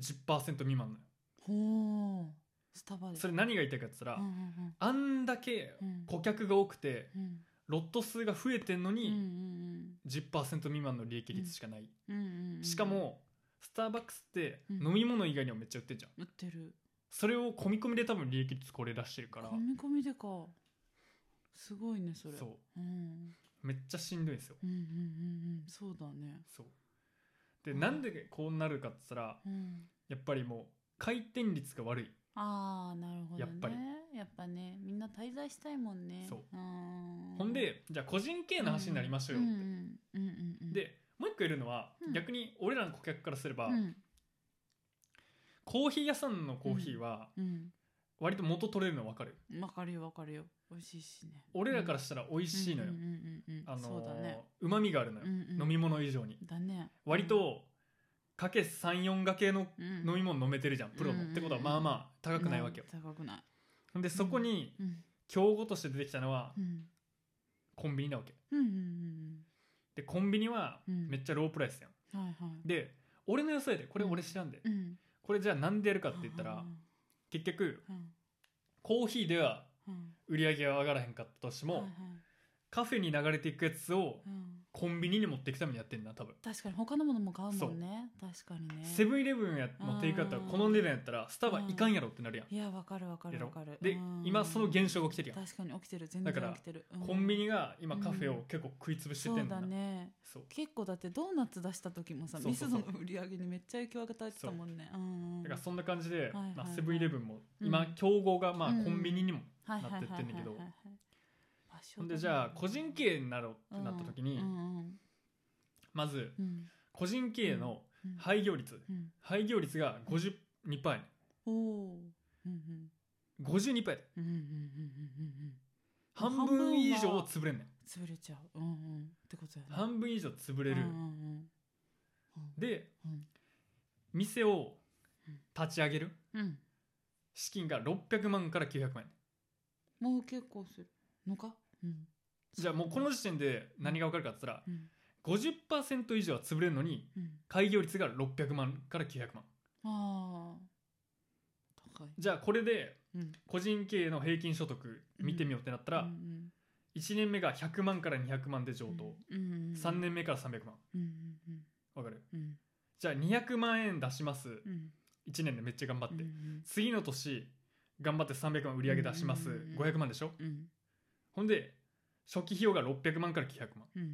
Speaker 1: 10%未満なのよ
Speaker 2: ほうスタバで
Speaker 1: それ何が言いたいかって言ったら、
Speaker 2: うんうん
Speaker 1: あんだけ
Speaker 2: うんうん
Speaker 1: 顧客が多くて
Speaker 2: うん
Speaker 1: ロット数が増えてんの
Speaker 2: うんう
Speaker 1: に
Speaker 2: ん
Speaker 1: 10%未満の利益率しかない、
Speaker 2: うんうんうん
Speaker 1: しかもスターバックスって
Speaker 2: うん
Speaker 1: 飲み物以外にもめっちゃ売ってんじゃん
Speaker 2: 売ってる
Speaker 1: それを込み込みで多分利益率これ出してるから
Speaker 2: 込み込みでかすごいねそれ
Speaker 1: そう
Speaker 2: うん
Speaker 1: めっちゃしんどいんですよ
Speaker 2: うんうんうんうんそうだね
Speaker 1: そうでなんでこうなるかって言ったら
Speaker 2: うん
Speaker 1: やっぱりもう回転率が悪い
Speaker 2: ああなるほどね
Speaker 1: やっぱり
Speaker 2: やっぱねみんな滞在したいもんね
Speaker 1: そう
Speaker 2: う
Speaker 1: ほんでじゃあ個人経営の話になりましょうよ
Speaker 2: うん
Speaker 1: っ
Speaker 2: う
Speaker 1: て、
Speaker 2: んうんうんうん
Speaker 1: でもう一個いるのは、
Speaker 2: うん
Speaker 1: 逆に俺らの顧客からすれば、
Speaker 2: うん
Speaker 1: コーヒー屋さんのコーヒーは
Speaker 2: うん
Speaker 1: 割と元取れるの分かる
Speaker 2: わかるよわかるよ美味しいしね
Speaker 1: 俺らからしたら美味しいのよ、
Speaker 2: うんうんうんうん
Speaker 1: あ
Speaker 2: そうだね
Speaker 1: のうまみがあるのよ、
Speaker 2: うんうん
Speaker 1: 飲み物以上に
Speaker 2: だね
Speaker 1: 割とかけ34がけの
Speaker 2: 飲
Speaker 1: 飲み物飲めてるじゃんプロの、
Speaker 2: うん
Speaker 1: ってことはまあまあ高くないわけよ、
Speaker 2: 高くない
Speaker 1: ほんでそこに
Speaker 2: うん
Speaker 1: 競合として出てきたのは
Speaker 2: うん
Speaker 1: コンビニなわけ
Speaker 2: うんうん
Speaker 1: でコンビニは
Speaker 2: うん
Speaker 1: めっちゃロープライスやん、
Speaker 2: うんはいはい
Speaker 1: で俺の予想やでこれ俺知らんで、
Speaker 2: うん
Speaker 1: これじゃあなんでやるかって言ったら
Speaker 2: う
Speaker 1: 結局
Speaker 2: ん
Speaker 1: コーヒーでは
Speaker 2: うん
Speaker 1: 売り上げは上がらへんかったとしても、
Speaker 2: はいはい
Speaker 1: カフェに流れていくやつを
Speaker 2: うん
Speaker 1: コンビニに持っていくためにやってんな多分、
Speaker 2: 確かに他のものも買うもんね確かにね
Speaker 1: セブンイレブンやのテイクアウトは
Speaker 2: うん
Speaker 1: この値段やったらスタバいかんやろってなるやん、
Speaker 2: いやわかるわか
Speaker 1: や
Speaker 2: る
Speaker 1: ろ
Speaker 2: わかる
Speaker 1: で
Speaker 2: うん
Speaker 1: 今その現象が起きてるやん
Speaker 2: 確かに起きてる全
Speaker 1: だ
Speaker 2: 然
Speaker 1: から
Speaker 2: 起きてる、うん
Speaker 1: コンビニが今
Speaker 2: うん
Speaker 1: カフェを結構食い潰しててん
Speaker 2: そ
Speaker 1: の
Speaker 2: う
Speaker 1: な
Speaker 2: だね
Speaker 1: そう
Speaker 2: 結構だってドーナツ出した時もさ
Speaker 1: そうそうそう
Speaker 2: ミスドの売り上げにめっちゃ影響を与えてたもんねうん
Speaker 1: だからそんな感じで、
Speaker 2: いはいはい
Speaker 1: まあ、セブンイレブンも今、
Speaker 2: うん
Speaker 1: 競合がまあ
Speaker 2: うん
Speaker 1: コンビニにも、
Speaker 2: はい
Speaker 1: なってってんだけど
Speaker 2: はいはいはいはい場所
Speaker 1: ほん
Speaker 2: だ
Speaker 1: で
Speaker 2: ね
Speaker 1: じゃあ個人経営になろうってなった時に、
Speaker 2: うんうん
Speaker 1: まず
Speaker 2: うん
Speaker 1: 個人経営の
Speaker 2: うん
Speaker 1: 廃業率、
Speaker 2: うん
Speaker 1: 廃業率が52%やね
Speaker 2: おおーうん
Speaker 1: 52%やで
Speaker 2: うんうんうんうんうんうんうん
Speaker 1: 半分以上潰れんねん
Speaker 2: 潰れちゃううんうんってことやね
Speaker 1: 半分以上潰れる、
Speaker 2: うんうんうんうん
Speaker 1: で
Speaker 2: うん
Speaker 1: 店を立ち上げる
Speaker 2: うん
Speaker 1: 資金が600万から900万円
Speaker 2: もう結構するのかうん
Speaker 1: じゃあもうこの時点で何が分かるかって言ったら
Speaker 2: うん
Speaker 1: 50%以上は潰れるのに
Speaker 2: うん
Speaker 1: 開業率が600万から900万
Speaker 2: ああ高い
Speaker 1: じゃあこれで
Speaker 2: うん
Speaker 1: 個人経営の平均所得見てみようってなったら、
Speaker 2: うん
Speaker 1: 1年目が100万から200万で上
Speaker 2: うん
Speaker 1: 等、
Speaker 2: うんうんうん
Speaker 1: 3年目から300万
Speaker 2: うんうんうん
Speaker 1: わかる
Speaker 2: うん
Speaker 1: じゃあ200万円出します
Speaker 2: うん
Speaker 1: 1年でめっちゃ頑張って、
Speaker 2: うん
Speaker 1: 次の年頑張って300万売り上げ出します、
Speaker 2: うん
Speaker 1: 500万でしょ
Speaker 2: うん
Speaker 1: ほんで初期費用が600万から900万
Speaker 2: うんうん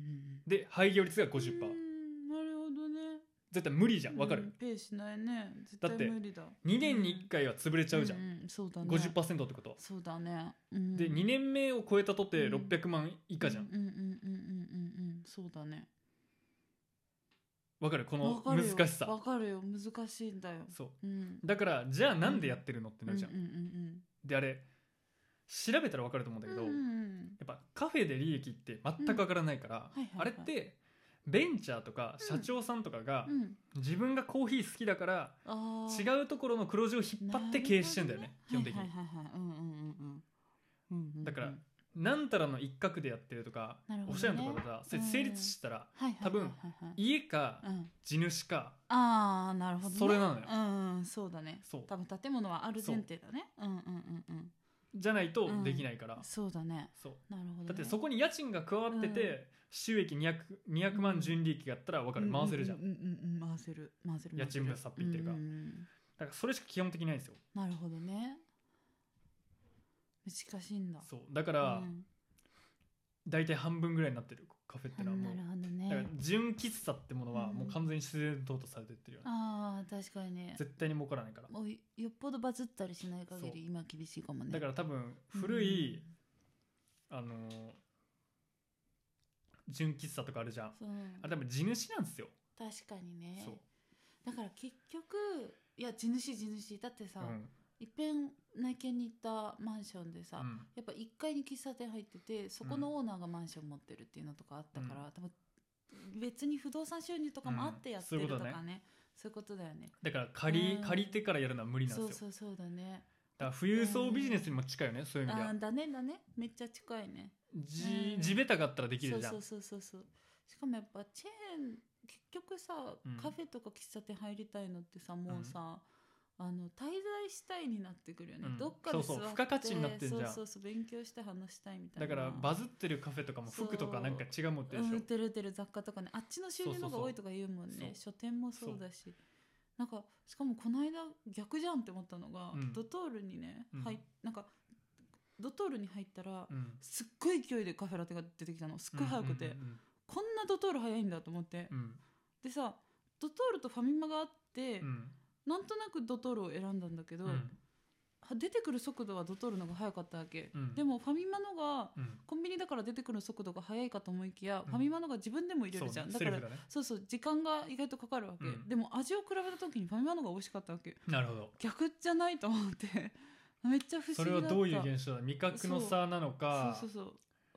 Speaker 1: で廃業率が
Speaker 2: うん
Speaker 1: 50%、
Speaker 2: うんなるほどね
Speaker 1: 絶対無理じゃんわか
Speaker 2: うん
Speaker 1: る、
Speaker 2: ペイしないね絶
Speaker 1: だっ
Speaker 2: 対
Speaker 1: て
Speaker 2: 無理だ
Speaker 1: 2年に1回は潰れちゃうじゃん、
Speaker 2: んんそうだね
Speaker 1: 50%ってこと
Speaker 2: そうだね、うん、
Speaker 1: で2年目を超えたとて
Speaker 2: うん
Speaker 1: 600万以下じゃん
Speaker 2: うんうんうんうんうんうんそうだね
Speaker 1: わかるこ
Speaker 2: わ
Speaker 1: の
Speaker 2: かるよ
Speaker 1: 難しさ
Speaker 2: わかるよ難しいんだよ
Speaker 1: そう
Speaker 2: うん
Speaker 1: だからじゃあなんでやってるのって
Speaker 2: うん
Speaker 1: な
Speaker 2: う
Speaker 1: る
Speaker 2: んう
Speaker 1: じ
Speaker 2: ん
Speaker 1: ゃん、であれ調べたらわかると思うんだけど、
Speaker 2: うんう
Speaker 1: や
Speaker 2: ん
Speaker 1: っぱカフェで利益って全く上がらないから、
Speaker 2: うんはいはいはい
Speaker 1: あれってベンチャーとか社長さんとかが
Speaker 2: うんうん
Speaker 1: 自分がコーヒー好きだから
Speaker 2: あー
Speaker 1: 違うところの黒字を引っ張って経営してんだよね基
Speaker 2: な
Speaker 1: 本
Speaker 2: るほど
Speaker 1: 的に、
Speaker 2: はいはいはいはいうんうんうんうんうんうんうん
Speaker 1: だからなんたらの一角でやってるとか
Speaker 2: なるほ
Speaker 1: お
Speaker 2: どね
Speaker 1: しゃれなところだそれ
Speaker 2: うん
Speaker 1: 成立したら
Speaker 2: はいはいはいはい
Speaker 1: 多分家か
Speaker 2: うん
Speaker 1: 地主か
Speaker 2: ああなるほど、ね、
Speaker 1: それなのよ
Speaker 2: うんうんそうだね
Speaker 1: そう
Speaker 2: 多分建物はある前提だねうんうんうん
Speaker 1: じゃないとできないから
Speaker 2: うんそうだね
Speaker 1: そう
Speaker 2: なるほど、ね、
Speaker 1: だってそこに家賃が加わって
Speaker 2: うん
Speaker 1: て収益 200, 200万純利益があったら分かる回せるじゃん
Speaker 2: うんうんうんうん回せる回せる
Speaker 1: 家賃分
Speaker 2: 分
Speaker 1: さっぴいってるから
Speaker 2: うんうんうん
Speaker 1: だからそれしか基本的にないんですよ
Speaker 2: なるほどね難しいんだ
Speaker 1: そうだから
Speaker 2: うん
Speaker 1: 大体半分ぐらいになってるカフェってのはも
Speaker 2: な
Speaker 1: う
Speaker 2: るほど
Speaker 1: だから
Speaker 2: ね
Speaker 1: 純喫茶ってものは
Speaker 2: うん
Speaker 1: もう完全に自然淘汰されてってるよね
Speaker 2: ああ確かにね
Speaker 1: 絶対に儲からないから
Speaker 2: もうよっぽどバズったりしない限り今厳しいかもね
Speaker 1: だからら多分古い、あのー純喫茶とかあるじゃん
Speaker 2: そう
Speaker 1: あれ多分地主なんですよ、
Speaker 2: 確かにね
Speaker 1: そう、
Speaker 2: だから結局いや地主地主だってさ、
Speaker 1: うん
Speaker 2: いっぺん内見に行ったマンションでさ、
Speaker 1: うん
Speaker 2: やっぱ1階に喫茶店入っててそこのオーナーがマンション持ってるっていうのとかあったから、多分別に不動産収入とかもあってやってるとかね,、
Speaker 1: うんそういうこと
Speaker 2: そういうことだよね
Speaker 1: だから借り
Speaker 2: うん
Speaker 1: 借りてからやるのは無理なんです
Speaker 2: そ
Speaker 1: よ
Speaker 2: うそうそうだね
Speaker 1: だから富裕層ビジネスにも近いよねそういう意味で
Speaker 2: あ
Speaker 1: は
Speaker 2: ーだねだねめっちゃ近いね
Speaker 1: じ
Speaker 2: うん
Speaker 1: 地べたがあったらできるじゃん
Speaker 2: そうそうそうそうそうしかもやっぱチェーン結局さ、
Speaker 1: うん
Speaker 2: カフェとか喫茶店入りたいのってさもうさ、あの滞在したいになってくるよね、
Speaker 1: うん
Speaker 2: どっかで座って
Speaker 1: そうそう付加価値になってんじゃん
Speaker 2: そうそうそう勉強して話したいみたいな
Speaker 1: だからバズってるカフェとかも服とかなんか違うもんってでし
Speaker 2: うん、
Speaker 1: ょ
Speaker 2: 売ってる売ってる雑貨とかねあっちの収入の方が多いとか言うもんね
Speaker 1: そうそう
Speaker 2: 書店もそうだしなんかしかもこの間逆じゃんって思ったのが、
Speaker 1: うん
Speaker 2: ドトールにね、
Speaker 1: うん
Speaker 2: はいなんかドトールに入ったら、
Speaker 1: うん
Speaker 2: すっごい勢いでカフェラテが出てきたのすっごい早くて、
Speaker 1: うん
Speaker 2: こんなドトール早いんだと思って、
Speaker 1: うん
Speaker 2: でさドトールとファミマがあって、
Speaker 1: うんうん
Speaker 2: なんとなくドトールを選んだんだけど、
Speaker 1: うん
Speaker 2: は出てくる速度はドトールの方が早かったわけ、
Speaker 1: うん
Speaker 2: でもファミマのが
Speaker 1: うん
Speaker 2: コンビニだから出てくる速度が速いかと思いきや、
Speaker 1: うん
Speaker 2: ファミマのが自分でも入れ
Speaker 1: そう
Speaker 2: るじゃん、
Speaker 1: ね
Speaker 2: だ
Speaker 1: セ
Speaker 2: か
Speaker 1: ル
Speaker 2: ら
Speaker 1: フだね
Speaker 2: そうそう時間が意外とかかるわけ、
Speaker 1: うん
Speaker 2: でも味を比べた時にファミマのが美味しかったわけ
Speaker 1: なるほど
Speaker 2: 逆じゃないと思って [laughs] めっちゃ不
Speaker 1: そ
Speaker 2: 思議だった
Speaker 1: れはどういう現象だ味覚の差なのか
Speaker 2: そうそうそう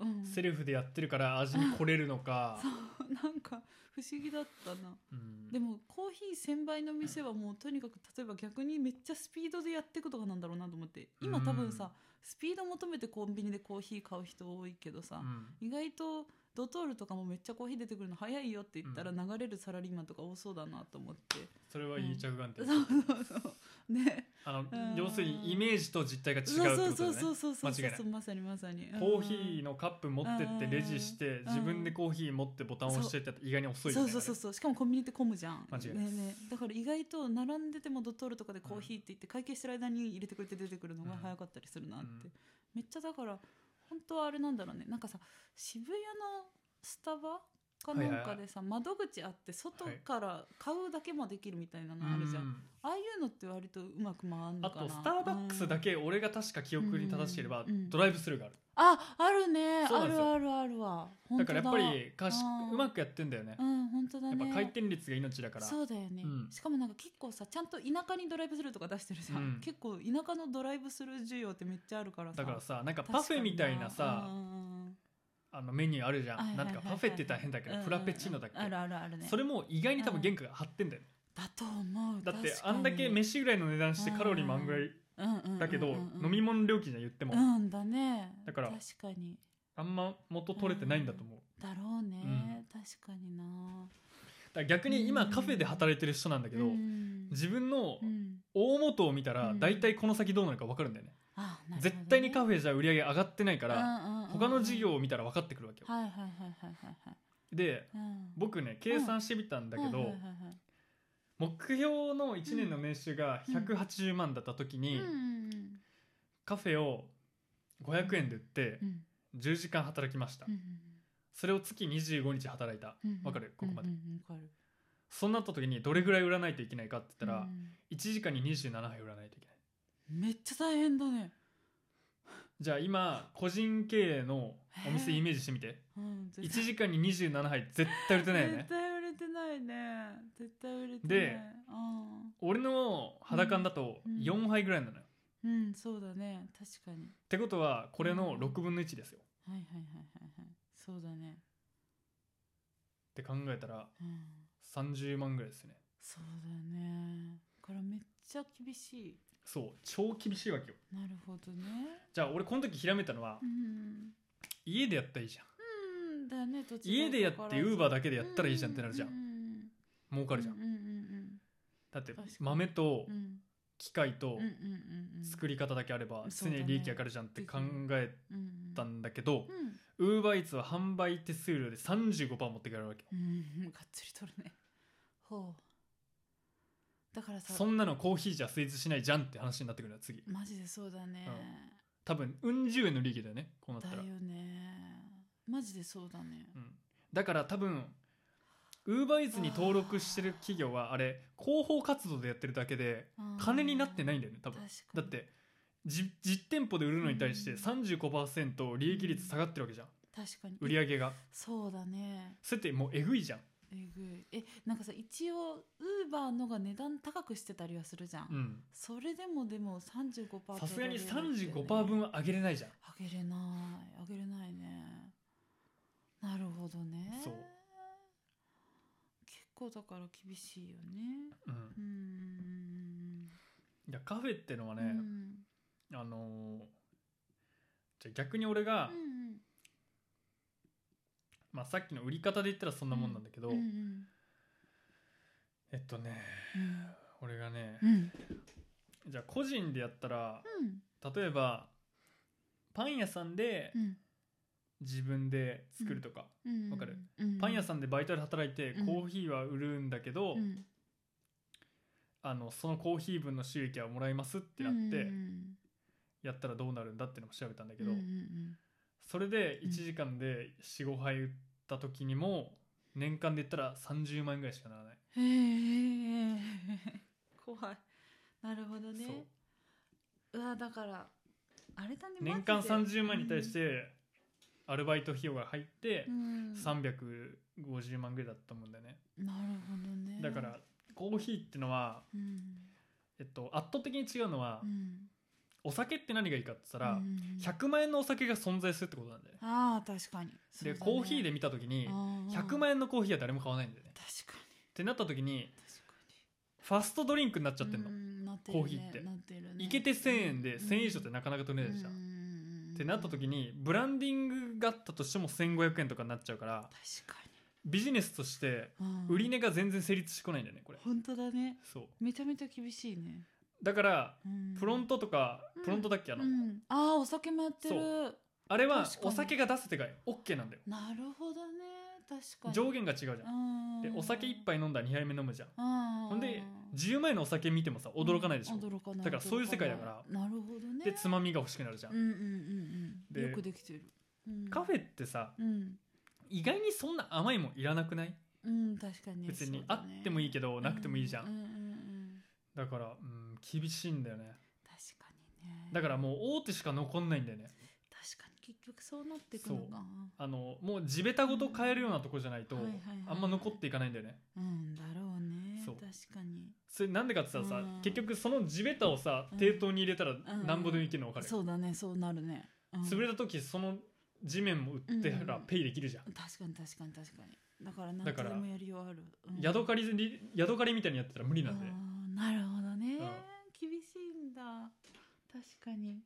Speaker 2: うん
Speaker 1: セルフでやってるから味に来れるのか
Speaker 2: そ、う [laughs] なんか不思議だったな
Speaker 1: うん
Speaker 2: でもコーヒー1000倍の店はもうとにかく例えば逆にめっちゃスピードでやっていくとかなんだろうなと思って今多分
Speaker 1: うん
Speaker 2: さスピード求めてコンビニでコーヒー買う人多いけどさ
Speaker 1: う、ん
Speaker 2: 意外とドトールとかもめっちゃコーヒー出てくるの早いよって言ったら流れるサラリーマンとか多そうだなと思って、
Speaker 1: それはいい着眼
Speaker 2: そ
Speaker 1: 点
Speaker 2: うそうそうね
Speaker 1: あの
Speaker 2: うん
Speaker 1: 要するにイメージと実態が違うって
Speaker 2: そうそう
Speaker 1: こと
Speaker 2: そう
Speaker 1: だ
Speaker 2: そ
Speaker 1: ね
Speaker 2: うそうそう
Speaker 1: 間違いない
Speaker 2: まさにまさに
Speaker 1: コーヒー
Speaker 2: の
Speaker 1: のカップ持ってってレジして
Speaker 2: うん
Speaker 1: 自分でコーヒー持ってボタンを押してってやったら意外に遅いよね
Speaker 2: そうそうそうそうしかもコンビニって混むじゃん
Speaker 1: 間違いない
Speaker 2: ねえねえだから意外と並んでてもドトールとかでコーヒーって言って会計してる間に入れてくれて出てくるのが早かったりするなっ
Speaker 1: う
Speaker 2: て、
Speaker 1: ん
Speaker 2: めっちゃだから本当はあれなんだろうねなんかさ渋谷のスタバかなんかでさ、窓口あって外から買うだけもできるみたいなのあるじゃん、
Speaker 1: うん
Speaker 2: ああいうのって割とうまく回んの
Speaker 1: あ
Speaker 2: かな
Speaker 1: とスターバックスだ
Speaker 2: うん
Speaker 1: け俺が確か記憶に正しければ
Speaker 2: うんうん
Speaker 1: ドライブスルーがある
Speaker 2: ああるね
Speaker 1: そうな
Speaker 2: あ
Speaker 1: んです
Speaker 2: る
Speaker 1: よ
Speaker 2: あるあるわ
Speaker 1: だからやっぱりかし
Speaker 2: あー
Speaker 1: うまくやってんだよね
Speaker 2: うん本当だ
Speaker 1: やっ
Speaker 2: ね
Speaker 1: ぱ回転率が命だから
Speaker 2: そうだよね、
Speaker 1: うん
Speaker 2: しかもなんか結構さちゃんと田舎にドライブスルーとか出してるさ、
Speaker 1: うん
Speaker 2: 結構田舎のドライブスルー需要ってめっちゃあるからさ
Speaker 1: だからさなんか
Speaker 2: 確かに
Speaker 1: パフェみたいなさ
Speaker 2: うんうんうん
Speaker 1: あのメニューあるじゃ
Speaker 2: はいは
Speaker 1: んな
Speaker 2: いはい
Speaker 1: ん
Speaker 2: はい
Speaker 1: かパフェって言ったら変だけ
Speaker 2: うん
Speaker 1: ど
Speaker 2: うん
Speaker 1: フラペチーノだっけ
Speaker 2: あるあるあるね
Speaker 1: それも意外に多分原価が張ってんだよね
Speaker 2: だと思う
Speaker 1: だって
Speaker 2: 確か
Speaker 1: あ
Speaker 2: に
Speaker 1: んだけ飯ぐらいの値段してカロリーもあんぐらい
Speaker 2: うんうんうんうん
Speaker 1: だけど飲み物料金じゃ言っても
Speaker 2: うんだね
Speaker 1: だから
Speaker 2: 確かに
Speaker 1: あんま元取れてないんだと思う
Speaker 2: だろうね、
Speaker 1: うん
Speaker 2: 確かにな
Speaker 1: だから逆に
Speaker 2: う
Speaker 1: 今
Speaker 2: ん
Speaker 1: カフェで働いてる人なんだけど
Speaker 2: うん
Speaker 1: 自分の
Speaker 2: うん
Speaker 1: 大元を見たら
Speaker 2: うん
Speaker 1: 大体この先どうなるか分かるんだよね
Speaker 2: あなるほどね
Speaker 1: 絶対にカフェじゃ売り上げ上がってないから
Speaker 2: うんうんうん
Speaker 1: 他の事業を見たら分かってくるわけよ
Speaker 2: はいはいはいはいはいはい
Speaker 1: で
Speaker 2: うん
Speaker 1: 僕ね計算してみたんだけ
Speaker 2: はいは
Speaker 1: ど
Speaker 2: いはいはい
Speaker 1: 目標の1年の年収が180万だった時に
Speaker 2: うんうん
Speaker 1: カフェを500円で売って
Speaker 2: うん
Speaker 1: 10時間働きました
Speaker 2: うんうん
Speaker 1: それを月25日働いた
Speaker 2: うんうん
Speaker 1: わかるここまで
Speaker 2: うんうんうんわかる
Speaker 1: そうなった時にどれぐらい売らないといけないかって言った
Speaker 2: う
Speaker 1: ら
Speaker 2: ん
Speaker 1: 1時間に27杯売らないといけない
Speaker 2: めっちゃ大変だね、
Speaker 1: じゃあ今個人経営のお店イメージしてみて
Speaker 2: うん、絶
Speaker 1: 1
Speaker 2: 対
Speaker 1: 時間に27杯絶対売れてないよね
Speaker 2: 絶対売れてないね絶対売れてない
Speaker 1: で
Speaker 2: う
Speaker 1: 俺の肌感だと
Speaker 2: うん
Speaker 1: 4杯ぐらいなのよ、っ
Speaker 2: ん、うん、そうだね確かに
Speaker 1: てことはこれの6分の1ですよっ
Speaker 2: はいはいはいはいはいそうだね
Speaker 1: て考えたら
Speaker 2: うん
Speaker 1: 30万ぐらいですね
Speaker 2: そうだねこれめっちゃ厳し
Speaker 1: そう超厳しいわけよ
Speaker 2: いなるほどね
Speaker 1: じゃあ俺この時ひらめいたのは
Speaker 2: うん、
Speaker 1: 家でやったらいいじゃん
Speaker 2: うん、だねどちら
Speaker 1: 家でやってウーバーだけで
Speaker 2: で
Speaker 1: やったらいいじゃんってなるじゃん
Speaker 2: ん
Speaker 1: 儲かるじゃん
Speaker 2: うんうんうん
Speaker 1: だって
Speaker 2: 確かに
Speaker 1: 豆と
Speaker 2: うんうん
Speaker 1: 機械と
Speaker 2: うんうんうん
Speaker 1: 作り方だけあれば
Speaker 2: そ
Speaker 1: 常
Speaker 2: うだね
Speaker 1: に利益上がるじゃんって考え
Speaker 2: うんうん
Speaker 1: たんだけど
Speaker 2: うん
Speaker 1: ウーバーイーツは販売手数料で35%持ってかれるわけ
Speaker 2: うん、 [laughs] がっつり取るね。ほう。だからさ、
Speaker 1: そんなのコーヒーじゃ成立しないじゃんって話になってくるな次
Speaker 2: マジでそうだね。
Speaker 1: 多分うん十円の利益だよねこうなっ
Speaker 2: だ
Speaker 1: たら
Speaker 2: よね。マジでそうだね。
Speaker 1: うんだから多分ウーバーイーツに登録してる企業はあれ広報活動でやってるだけで
Speaker 2: あー
Speaker 1: 金になってないんだよね多分
Speaker 2: 確か
Speaker 1: だ
Speaker 2: に
Speaker 1: ってじ実店舗で売るのに対して
Speaker 2: うん
Speaker 1: 35%利益率下がってるわけじゃん
Speaker 2: 確かに。
Speaker 1: 売り上げが
Speaker 2: そうだね。
Speaker 1: それってもうえぐいじゃん
Speaker 2: えぐい。え、なんかさ、一応、ウーバーのが値段高くしてたりはするじゃん。
Speaker 1: うん
Speaker 2: それでもでも35%
Speaker 1: さすがに
Speaker 2: 取られるってね
Speaker 1: 35%分は上げれないじゃん
Speaker 2: あげれないあげれないねなるほどね
Speaker 1: そう
Speaker 2: 結構だから厳しいよね
Speaker 1: うん
Speaker 2: うーん
Speaker 1: いやカフェってのは
Speaker 2: う
Speaker 1: ね、
Speaker 2: ん
Speaker 1: あのーじゃあ逆に俺が、
Speaker 2: うん
Speaker 1: まあ、さっきの売り方で言ったらそんなもんなんだけど、
Speaker 2: うんうん
Speaker 1: えっとね俺がね
Speaker 2: う、ん
Speaker 1: じゃあ個人でやったら
Speaker 2: うん
Speaker 1: 例えばパン屋さんで
Speaker 2: うん
Speaker 1: 自分で作るとか、
Speaker 2: うん
Speaker 1: わかる
Speaker 2: うん
Speaker 1: パン屋さんでバイトで働いて
Speaker 2: うん
Speaker 1: コーヒーは売るんだけど、
Speaker 2: うん
Speaker 1: あのそのコーヒー分の収益はもらいますってなっ
Speaker 2: う
Speaker 1: て
Speaker 2: ん
Speaker 1: やったらどうなるんだっていうのも調べたんだけ
Speaker 2: うんうん
Speaker 1: ど、
Speaker 2: うんうん
Speaker 1: それで
Speaker 2: うん
Speaker 1: 1時間で45杯売った時にも年間で言ったら30万円ぐらいしかならない。
Speaker 2: へえ怖いなるほどね
Speaker 1: そう
Speaker 2: うわだからあれだね
Speaker 1: 年間
Speaker 2: マジで
Speaker 1: 30万に対してアルバイト費用が入って
Speaker 2: うんうん
Speaker 1: 350万ぐらいだったと思うんだよね
Speaker 2: なるほどね
Speaker 1: だからコーヒーってのは、
Speaker 2: うん
Speaker 1: えっと、圧倒的に違うのは
Speaker 2: うん
Speaker 1: お酒って何がいいかって言ったら
Speaker 2: うんうん
Speaker 1: 100万円のお酒が存在するってことなんだよね
Speaker 2: あー確かにそう
Speaker 1: で
Speaker 2: だね
Speaker 1: コーヒーで見た時に
Speaker 2: あー
Speaker 1: 100万円のコーヒーは誰も買わないんだよね
Speaker 2: 確か
Speaker 1: ってなった時に
Speaker 2: に確かに
Speaker 1: ファストドリンクになっち
Speaker 2: ち
Speaker 1: ゃってんの
Speaker 2: なって
Speaker 1: コーヒーって
Speaker 2: なってるね
Speaker 1: いけて1000円で
Speaker 2: うん
Speaker 1: 1000円以上ってなかなか取れないじゃん
Speaker 2: ううう
Speaker 1: ってなった時にブランディングがあったとしても1500円とかになっちゃうから
Speaker 2: 確か
Speaker 1: ビジネスとして
Speaker 2: にうん
Speaker 1: 売り値が全然成立してこないんだよねこれ
Speaker 2: 本当だね
Speaker 1: そう
Speaker 2: めちゃめちゃ厳しいね
Speaker 1: だから
Speaker 2: うん
Speaker 1: プロントとか
Speaker 2: うん
Speaker 1: プロントだっけあの、
Speaker 2: うんああお酒もやってる
Speaker 1: そあれは
Speaker 2: 確かに
Speaker 1: お酒が出せてが OK なんだよ
Speaker 2: なるほどね確かに
Speaker 1: 上限が違うじゃん
Speaker 2: うん
Speaker 1: でお酒1杯飲んだら2杯目飲むじゃん
Speaker 2: ほ
Speaker 1: ほんで10枚のお酒見てもさ驚かないでしょ
Speaker 2: 驚かない
Speaker 1: だからそういう世界だから
Speaker 2: 驚ないなるほどね
Speaker 1: でつまみが欲しくなるじゃ
Speaker 2: うん
Speaker 1: ん
Speaker 2: うんうんうん
Speaker 1: で
Speaker 2: よくできてる、うん、
Speaker 1: カフェってさ
Speaker 2: うん
Speaker 1: 意外にそんな甘いもんいらなくない
Speaker 2: うん確かに
Speaker 1: 別
Speaker 2: そ
Speaker 1: に
Speaker 2: う
Speaker 1: あ
Speaker 2: だね
Speaker 1: ってもいいけどなくてもいいじゃ
Speaker 2: うんんうんうん
Speaker 1: だからうん厳しいんだよね
Speaker 2: 確かにね
Speaker 1: だからもう大手しか残んないんだよね
Speaker 2: 確かに結局そうなってくのか
Speaker 1: あのもう地べたごと買えるようなとこじゃないと
Speaker 2: はいはいはいはい
Speaker 1: あんま残っていかないんだよね
Speaker 2: うんだろうね
Speaker 1: そう
Speaker 2: 確かに
Speaker 1: それなんでかって言ったらさ
Speaker 2: うん
Speaker 1: 結局その地べたをさ
Speaker 2: うん
Speaker 1: 抵当に入れたら
Speaker 2: ん
Speaker 1: なんぼでもいけるの分かる
Speaker 2: そうだねそうなるね、うん
Speaker 1: 潰れた時その地面も売ってたら
Speaker 2: うん
Speaker 1: ペイできるじゃん
Speaker 2: 確かに確かに確かにだから何
Speaker 1: だから
Speaker 2: とでもやりようある、うん
Speaker 1: ヤドカリにヤドカリみたいにやってたら無理なんで
Speaker 2: あーなるほどね、
Speaker 1: うん
Speaker 2: 厳しいんだ確かに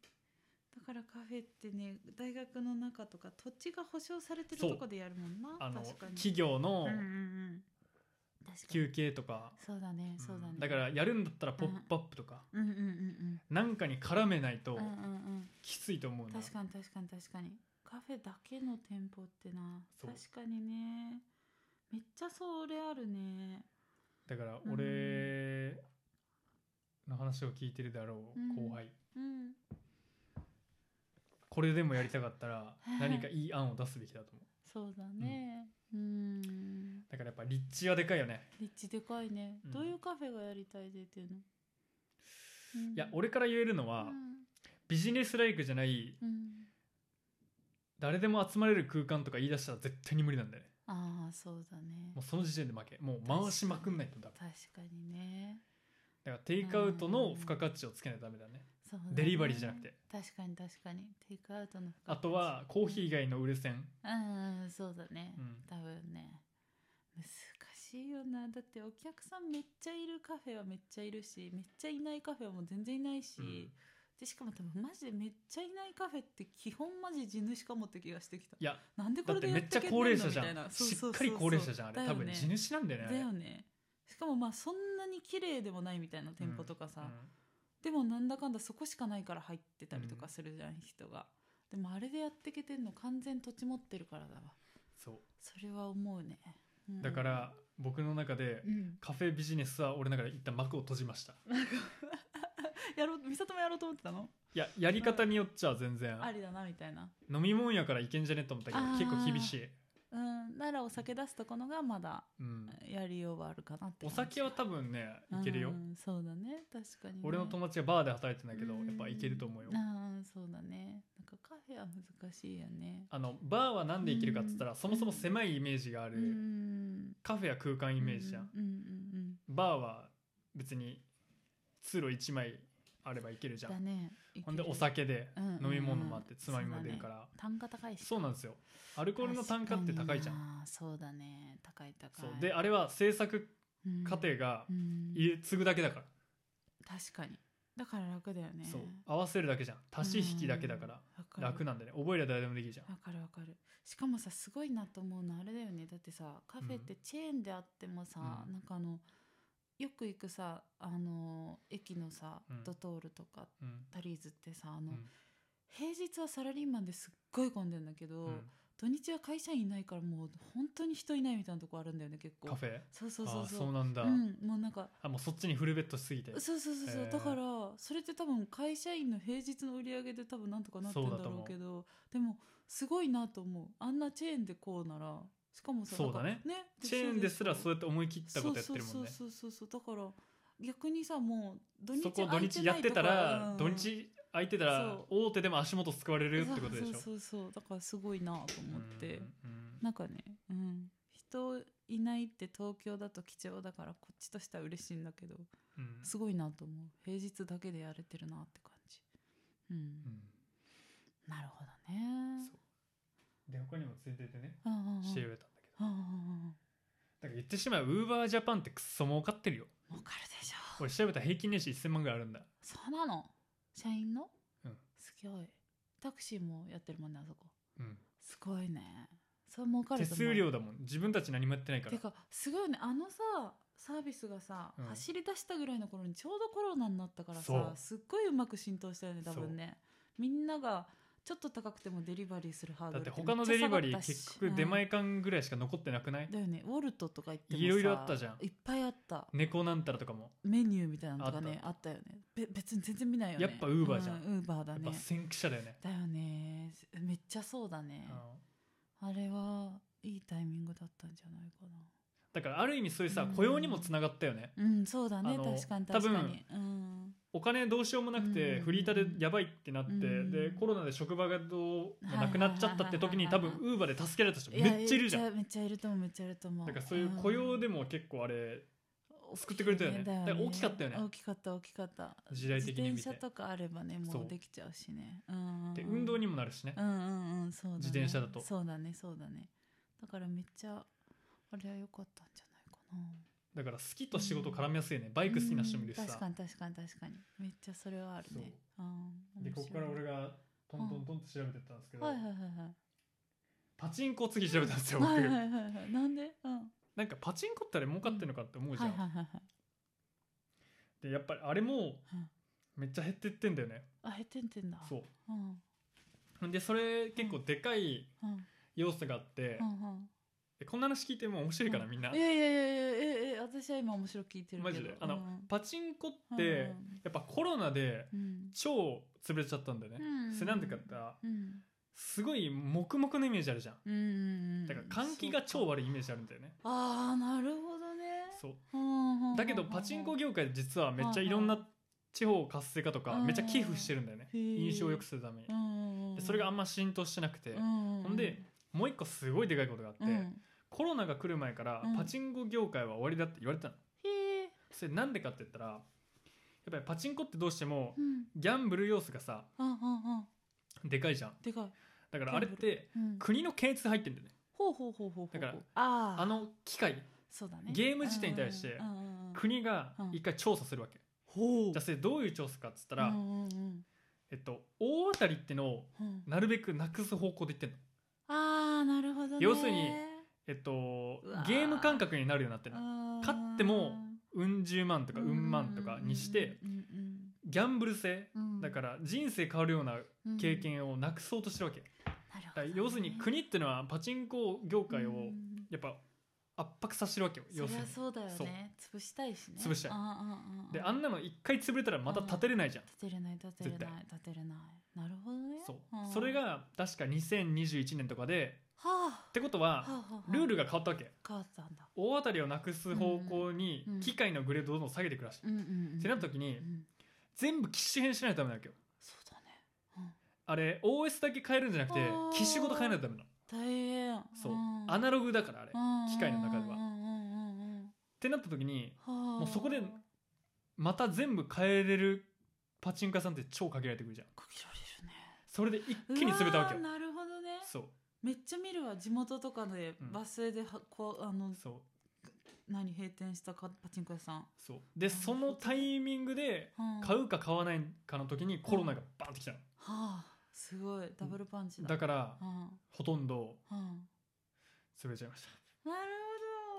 Speaker 2: だからカフェってね大学の中とか土地が保証されてる
Speaker 1: そう
Speaker 2: とこでやるもんな
Speaker 1: あの
Speaker 2: 確かに
Speaker 1: 企業の
Speaker 2: うんうんうん確かに
Speaker 1: 休憩とか
Speaker 2: そうだねそうだね、
Speaker 1: うんだからやるんだったら「ポップアップとか
Speaker 2: うんうんうん
Speaker 1: なんかに絡めない
Speaker 2: うん
Speaker 1: と
Speaker 2: うんうん
Speaker 1: きついと思う
Speaker 2: うん
Speaker 1: な
Speaker 2: 確かに確かに確かにカフェだけの店舗ってな
Speaker 1: そう
Speaker 2: 確かにねめっちゃそれあるね
Speaker 1: だから俺の話を聞いてるだろ
Speaker 2: うん
Speaker 1: う後輩
Speaker 2: うん
Speaker 1: これでもやりたかったら
Speaker 2: はい
Speaker 1: 何かいい案を出すべきだと思う
Speaker 2: そうだねうん
Speaker 1: だからやっぱ立地はでかいよね
Speaker 2: 立地でかいね、
Speaker 1: うん
Speaker 2: どういうカフェがやりたいでっていうの、うん
Speaker 1: いや俺から言えるの
Speaker 2: う
Speaker 1: は
Speaker 2: ん
Speaker 1: ビジネスライクじゃない
Speaker 2: うん
Speaker 1: 誰でも集まれる空間とか言い出したら絶対に無理なんだよね
Speaker 2: ああそうだね
Speaker 1: もうその時点で負けもう回しまくんないとダメ
Speaker 2: 確かにね
Speaker 1: だからテイクアウトの付加価値をつけないとダメだね
Speaker 2: そうだね
Speaker 1: デリバリーじゃなくて
Speaker 2: 確かに確かにテイクアウトの
Speaker 1: あとはコーヒー以外の売れ線
Speaker 2: うんうんそうだね、
Speaker 1: うん
Speaker 2: 多分ね難しいよなだってお客さんめっちゃいるカフェはめっちゃいるしめっちゃいないカフェはもう全然いないし、
Speaker 1: うん
Speaker 2: でしかも多分マジでめっちゃいないカフェって基本マジ地主かもって気がしてきた
Speaker 1: いや
Speaker 2: なんでこ
Speaker 1: だっ
Speaker 2: れ
Speaker 1: て
Speaker 2: でや
Speaker 1: め
Speaker 2: っ
Speaker 1: っちゃ
Speaker 2: てけん
Speaker 1: 高
Speaker 2: ねんの
Speaker 1: 齢
Speaker 2: み
Speaker 1: 者じゃ
Speaker 2: たいなんそう
Speaker 1: し
Speaker 2: そ
Speaker 1: っ
Speaker 2: う
Speaker 1: かり高齢者じゃんあれ
Speaker 2: そう
Speaker 1: 多
Speaker 2: そう
Speaker 1: 分地主なんだよねあ
Speaker 2: だ
Speaker 1: れ
Speaker 2: よねしかもまあそんなに綺麗でもないみたいな店舗とかさ、
Speaker 1: うん
Speaker 2: でもなんだかんだそこしかないから入ってたりと
Speaker 1: う
Speaker 2: か
Speaker 1: ん
Speaker 2: するじゃん、人がでもあれでやってけてんの完全土地持ってるからだわ
Speaker 1: そ
Speaker 2: それは思うね、うん
Speaker 1: うだから僕の中で
Speaker 2: うん
Speaker 1: カフェビジネスは俺の中で一旦幕を閉じました
Speaker 2: やろう美里もやろうと思ってたの
Speaker 1: いややり方によっちゃ全然
Speaker 2: ありだなみたいな
Speaker 1: 飲み物やからいけんじゃねえと思ったけど
Speaker 2: あー
Speaker 1: 結構厳しい、
Speaker 2: うんならお酒出すとこのがまだ
Speaker 1: うん、
Speaker 2: やりようはあるかなって
Speaker 1: お
Speaker 2: 感じ
Speaker 1: 酒は多分ねいけるよ
Speaker 2: うんそうだね確かにね、
Speaker 1: 俺の友達がバーで働いてんだけど
Speaker 2: うん
Speaker 1: やっぱいけると思うよ
Speaker 2: ああそうだねなんかカフェは難しいよね
Speaker 1: あのバーはなんでいけるかっつったら
Speaker 2: うん
Speaker 1: そもそも狭いイメージがあ
Speaker 2: う
Speaker 1: る
Speaker 2: ん
Speaker 1: カフェは空間イメージじゃん
Speaker 2: うんうん
Speaker 1: バーは別に通路1枚あればいけるじゃ
Speaker 2: だ
Speaker 1: ん
Speaker 2: ねいける
Speaker 1: ほんでお酒で
Speaker 2: うんうんうん
Speaker 1: 飲み物もあってつまみも出るから
Speaker 2: 単価高いし
Speaker 1: そうなんですよアルコールの単価って高いじゃん
Speaker 2: んそうだね高い高い
Speaker 1: そうであれは制作
Speaker 2: うん
Speaker 1: 過程が
Speaker 2: うん
Speaker 1: 入れ継ぐだけだから
Speaker 2: 確かにだから楽だよね
Speaker 1: そう合わせるだけじゃん足し引きだけだから
Speaker 2: わかる
Speaker 1: 楽なんだね覚えれば誰でもできるじゃん
Speaker 2: わかるわかるしかもさすごいなと思うのはあれだよねだってさカフェってチェーンであってもさ、
Speaker 1: うん
Speaker 2: なんかあのよく行くさあの駅のさ、
Speaker 1: うん
Speaker 2: ドトールとか
Speaker 1: うん
Speaker 2: タリーズってさあの、
Speaker 1: うん
Speaker 2: 平日はサラリーマンですっごい混んでんだけど、
Speaker 1: うん
Speaker 2: 土日は会社員いないからもう本当に人いないみたいなとこあるんだよね結構
Speaker 1: カフェ
Speaker 2: そうそう
Speaker 1: あ
Speaker 2: そ
Speaker 1: あ
Speaker 2: うそう
Speaker 1: そうなんだ
Speaker 2: うん、もうなんか
Speaker 1: あもうそっちにフルベッドしすぎて
Speaker 2: そうそうそうそう、
Speaker 1: へー
Speaker 2: だからそれって多分会社員の平日の売り上げで多分なんとかなってんだ
Speaker 1: そうだと
Speaker 2: ろ
Speaker 1: 思う
Speaker 2: うけどでもすごいなと思うあんなチェーンでこうならしかもさ
Speaker 1: そうだね
Speaker 2: なんかね
Speaker 1: チェーンですらそうや
Speaker 2: う
Speaker 1: って思い切ったことやって
Speaker 2: そう
Speaker 1: るもんね
Speaker 2: そうそうそうそうだから逆にさもう土日
Speaker 1: そこ土
Speaker 2: 空い
Speaker 1: 日
Speaker 2: て
Speaker 1: や
Speaker 2: な
Speaker 1: っ
Speaker 2: い
Speaker 1: て
Speaker 2: と
Speaker 1: た
Speaker 2: からうん
Speaker 1: 土日空いてたら
Speaker 2: そ
Speaker 1: 大手でも足元救われるってことでしょ
Speaker 2: そうそうそうそうだからすごいなと思って、
Speaker 1: うんうん
Speaker 2: なんかね、うん、人いないって東京だと貴重だからこっちとしては嬉しいんだけど
Speaker 1: うん
Speaker 2: すごいなと思う平日だけでやれてるなって感じうん、
Speaker 1: うん
Speaker 2: なるほどね
Speaker 1: そうで他にもついててね
Speaker 2: ああ
Speaker 1: 調べたんだけど
Speaker 2: ああ
Speaker 1: だから言ってしまえばウーバージャパンってクソ儲かってるよ
Speaker 2: 儲かるでしょ
Speaker 1: 俺調べたら平均年収1000万ぐらいあるんだ
Speaker 2: そうなの社員の、
Speaker 1: うん
Speaker 2: すごいタクシーもやってるもんねあそこ
Speaker 1: うん
Speaker 2: すごいねそれ儲か
Speaker 1: 手
Speaker 2: ると思
Speaker 1: 数
Speaker 2: う
Speaker 1: 料だもん自分たち何もやってないから
Speaker 2: てかすごいねあのさサービスがさ、
Speaker 1: うん
Speaker 2: 走り出したぐらいの頃にちょうどコロナになったから
Speaker 1: そう
Speaker 2: さすっごいうまく浸透したよね多分ねみんながちょっと高くてもデリバリーするハード
Speaker 1: だって
Speaker 2: ルめち
Speaker 1: 他
Speaker 2: ゃ
Speaker 1: のデリバリー
Speaker 2: 下がったし
Speaker 1: 結局出前館ぐらいしか残ってなくない、
Speaker 2: うんだよねウォルトとか行ってもさ
Speaker 1: いろいろあったじゃん
Speaker 2: いっぱいあった
Speaker 1: 猫なんたらとかも
Speaker 2: メニューみたいなのとかね
Speaker 1: あ
Speaker 2: あったよねべ別に全然見ないよね
Speaker 1: やっぱ Uber じゃん
Speaker 2: うん、Uber
Speaker 1: や
Speaker 2: だ
Speaker 1: っぱ
Speaker 2: ね
Speaker 1: 先駆者だよね
Speaker 2: だよねめっちゃそうだね
Speaker 1: うん
Speaker 2: あれはいいタイミングだったんじゃないか
Speaker 1: だからある意味そういうさ
Speaker 2: うん
Speaker 1: 雇用にもつながったよね
Speaker 2: なうんそうだ
Speaker 1: あ
Speaker 2: ね
Speaker 1: の
Speaker 2: 確かに
Speaker 1: 多
Speaker 2: 確
Speaker 1: 分
Speaker 2: かにうん
Speaker 1: お金どうしようもなく
Speaker 2: う
Speaker 1: て
Speaker 2: ん
Speaker 1: フリーターでやばいってなって
Speaker 2: うん
Speaker 1: でコロナで職場がどうもなくなっちゃったって時に
Speaker 2: はいは
Speaker 1: 多
Speaker 2: いはい
Speaker 1: 分
Speaker 2: はい
Speaker 1: Uber で助けられた人
Speaker 2: や
Speaker 1: めっちゃいるじゃん
Speaker 2: めっちゃめっちゃいると思うめっちゃいると思う
Speaker 1: だからそういう雇用で
Speaker 2: も
Speaker 1: も結構あれ作ってくれたよねだから大きかったよね
Speaker 2: 大きかった大きかった
Speaker 1: 時代的に見
Speaker 2: 自
Speaker 1: て
Speaker 2: 転車とかあればねも
Speaker 1: そう
Speaker 2: うできちゃうしねうん
Speaker 1: で運動
Speaker 2: に
Speaker 1: にもなるしね
Speaker 2: うんうんうんそうだね
Speaker 1: 自転車だと
Speaker 2: そうだねそうだねだからめっちゃあれは良かったんじゃないか
Speaker 1: だ
Speaker 2: な
Speaker 1: から好きと仕事絡みやすいよねバイク好きな人もいるし
Speaker 2: うん確
Speaker 1: さ
Speaker 2: かに確かに確かにめっちゃそれはあるねうん
Speaker 1: でこっから俺
Speaker 2: が
Speaker 1: がトントントンって調べてったんですけど
Speaker 2: はいはいはい
Speaker 1: パチンコを次調べたんですよ
Speaker 2: は
Speaker 1: 僕
Speaker 2: いはいはいはいはいなんでうん
Speaker 1: なんかパチンコってあれ儲かってんのかって思うじゃ
Speaker 2: は
Speaker 1: ん、
Speaker 2: いはいはいはい
Speaker 1: でやっぱりあれも
Speaker 2: うん
Speaker 1: めっちゃ減ってってんだよね
Speaker 2: あ減ってんてんだ
Speaker 1: そう
Speaker 2: うん
Speaker 1: ほんでそれ結構でかい
Speaker 2: うん
Speaker 1: 要素があって、
Speaker 2: うんうん
Speaker 1: でこんな話聞いても面白いからみんな、
Speaker 2: いやいやいやいやええ私は今面白く聞いてるけ
Speaker 1: マ
Speaker 2: ど
Speaker 1: ジであの
Speaker 2: うん
Speaker 1: パチンコっ
Speaker 2: うん
Speaker 1: てやっぱコロナで
Speaker 2: うん
Speaker 1: 超潰れちゃったんだよね、
Speaker 2: うん
Speaker 1: それなんでかって言ったら
Speaker 2: うん
Speaker 1: すごい黙々のイメージあるじゃん
Speaker 2: うんうん
Speaker 1: だから換気が超悪いイメージあるんだよね
Speaker 2: ああなるほどね
Speaker 1: そう
Speaker 2: うんうん
Speaker 1: だけどパチンコ業界実はめっちゃいろんな地方活性化とか
Speaker 2: うん
Speaker 1: めっちゃ寄付してるんだよね
Speaker 2: へー
Speaker 1: 印象を良くするために
Speaker 2: うんうん
Speaker 1: でそれがあん
Speaker 2: ま
Speaker 1: ま浸透してなくて
Speaker 2: ほ
Speaker 1: ほんでもう一個すごいでかいことがあってコロナが来る前から
Speaker 2: うん
Speaker 1: パチンコ業界は終わりだって言われてたの
Speaker 2: へえ
Speaker 1: それなんでかって言ったらやっぱりパチンコってどうしても
Speaker 2: うん
Speaker 1: ギャンブル要素がさ
Speaker 2: うんうんうん
Speaker 1: でかいじゃん
Speaker 2: でかい
Speaker 1: だからあれっ
Speaker 2: ギ
Speaker 1: て
Speaker 2: うん
Speaker 1: 国の検閲入ってんだよね
Speaker 2: ほうほうほうほうほう
Speaker 1: だから
Speaker 2: あー
Speaker 1: あの機械
Speaker 2: そうだね
Speaker 1: ゲーム自体に対して
Speaker 2: うんうんうん
Speaker 1: 国が一回調査するわけ
Speaker 2: ほう
Speaker 1: じゃあそれどういう調査かっつったら、
Speaker 2: うんうんうん
Speaker 1: えっと大当たりってのを
Speaker 2: うん
Speaker 1: なるべくなくす方向で言ってんの
Speaker 2: ああなるほどね
Speaker 1: 要するにえっと
Speaker 2: うわー
Speaker 1: ゲーム感覚になるようになってる勝
Speaker 2: 勝
Speaker 1: ってもうん十万とかうん万とかにしてギャンブル性だからら人生変わるような経験をなくそうとしてるわけだから要するに国ってのはパチンコ業界をやっぱ圧迫させてるわけよ
Speaker 2: 要
Speaker 1: 要
Speaker 2: す
Speaker 1: す
Speaker 2: る
Speaker 1: る
Speaker 2: に
Speaker 1: に
Speaker 2: そうだよね潰したいしね
Speaker 1: 潰したい
Speaker 2: うんうんうん
Speaker 1: であんなの一回潰れたらまた立てれないじゃん
Speaker 2: 立てれない立てれ
Speaker 1: 絶
Speaker 2: ない
Speaker 1: 対
Speaker 2: 立てれないなるほどね
Speaker 1: そう
Speaker 2: うん
Speaker 1: それ
Speaker 2: は
Speaker 1: が確か2021年とかで
Speaker 2: あ
Speaker 1: ってこと
Speaker 2: はあ
Speaker 1: は
Speaker 2: はあはあ
Speaker 1: ルールが変わったわけ
Speaker 2: 変わったんだ
Speaker 1: 大当たりをなくす方向に
Speaker 2: うんうん
Speaker 1: 機械のグレードをどんどん下げていくらしい
Speaker 2: うんうんうん
Speaker 1: ってなった時に
Speaker 2: うん
Speaker 1: 全部機種変しないとダメなわけよ
Speaker 2: そうだねうん
Speaker 1: あれ OS だけ変えるんじゃなくて
Speaker 2: あー
Speaker 1: 機種ごと変えないとダメなの
Speaker 2: 大変
Speaker 1: そう
Speaker 2: うん
Speaker 1: アナログだからあれっ
Speaker 2: うん
Speaker 1: 機械の中では
Speaker 2: うんうんうんうんうん
Speaker 1: てなった時に
Speaker 2: はあ
Speaker 1: もうそこでまた全部変えれるパチンカさんって超限られてくるじゃん
Speaker 2: 区切られるね
Speaker 1: それで一気に潰れたわけ
Speaker 2: う
Speaker 1: よ
Speaker 2: ーなるほどね
Speaker 1: そう
Speaker 2: めっちゃ見るわ地元とかで
Speaker 1: うん
Speaker 2: バス停ではこうあの
Speaker 1: そう
Speaker 2: 何閉店したかパチンコ屋さん、
Speaker 1: そうで
Speaker 2: なるほど
Speaker 1: そのタイミングで
Speaker 2: うん
Speaker 1: 買
Speaker 2: は
Speaker 1: うか買わないかの時にコロナがバーンってきたの
Speaker 2: あすごいダブルパンチだ
Speaker 1: だから
Speaker 2: うん
Speaker 1: ほとんど
Speaker 2: うん
Speaker 1: 潰れちゃいました
Speaker 2: なる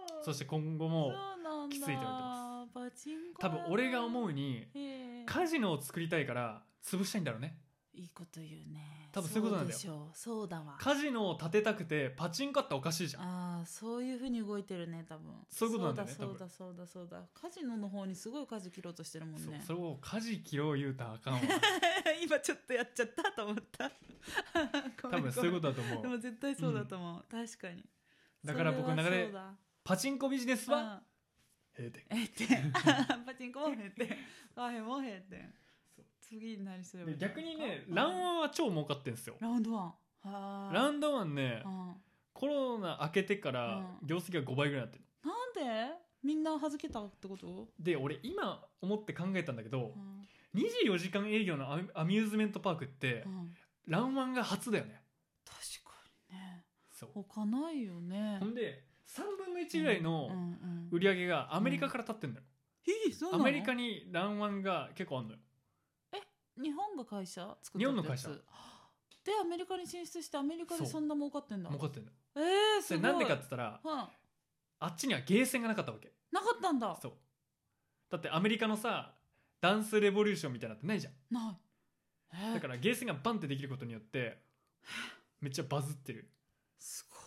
Speaker 2: ほど
Speaker 1: そして今後
Speaker 2: そ
Speaker 1: も
Speaker 2: うなんだ
Speaker 1: きついと言われてま
Speaker 2: パチンコ
Speaker 1: 多
Speaker 2: 屋
Speaker 1: 分俺が思うに
Speaker 2: ええ
Speaker 1: カジノを作りたいから潰したいんだろうね
Speaker 2: いいこと言うね
Speaker 1: 多分そういうことなんだよ
Speaker 2: そうでしょうそうだわ
Speaker 1: カジノを建てたくてパチンコっておかしいじゃん
Speaker 2: ああそういうふうに動いてるね多分
Speaker 1: そういうことなんだよね
Speaker 2: そうだそうだそうだそうだカジノの方にすごい舵切ろうとしてるもん
Speaker 1: そう
Speaker 2: ね
Speaker 1: それをカジキロ言うたらあ
Speaker 2: [laughs]
Speaker 1: かんわ
Speaker 2: 今ちょっとやっちゃったと思った
Speaker 1: [laughs] 多分そういうことだと
Speaker 2: とで
Speaker 1: 思う
Speaker 2: も絶対そうだと思う、確かに
Speaker 1: だから僕の中で
Speaker 2: それは
Speaker 1: パチンコビジネス
Speaker 2: そうだ
Speaker 1: は閉店
Speaker 2: うんえって
Speaker 1: [laughs]
Speaker 2: パチンコも減ってカフェも減って
Speaker 1: そう
Speaker 2: 次になりそうよ
Speaker 1: で逆にね
Speaker 2: うん
Speaker 1: ランワンは超儲かってんすよ
Speaker 2: ラウンドワンはあ
Speaker 1: ラウンドワンね
Speaker 2: うんなん
Speaker 1: コロナ明けてから
Speaker 2: うん
Speaker 1: 業績が5倍ぐらいになってる
Speaker 2: でみんなはずけたってこと、
Speaker 1: で俺今思って考えたんだけど
Speaker 2: うん
Speaker 1: 24時間営業のアミアミューズメントパークって
Speaker 2: うん
Speaker 1: ランワンが初だよね
Speaker 2: 確かにね
Speaker 1: そう
Speaker 2: 他ないよね
Speaker 1: ほんで3分の1ぐらいの
Speaker 2: うんうんうん
Speaker 1: 売り上げがアメリカから立ってんだよ、
Speaker 2: えそうな
Speaker 1: ア
Speaker 2: の
Speaker 1: メリカにランワンが結構あんのよ
Speaker 2: 日本が会社作った
Speaker 1: 日本の会社
Speaker 2: やつでアメリカに進出してアメリカで
Speaker 1: そう
Speaker 2: そんな儲かってんだ
Speaker 1: 儲かってんの
Speaker 2: えー、
Speaker 1: そ
Speaker 2: す
Speaker 1: れ
Speaker 2: ごい
Speaker 1: なんでかって言ったら
Speaker 2: うん
Speaker 1: あっちにはゲーセンがなかったわけ
Speaker 2: なかったんだ
Speaker 1: そうだってアメリカのさダンスレボリューションみたいなのってないじゃん
Speaker 2: ない、えー、
Speaker 1: だからゲーセンがバンってできることによってめっちゃバズってる
Speaker 2: すごい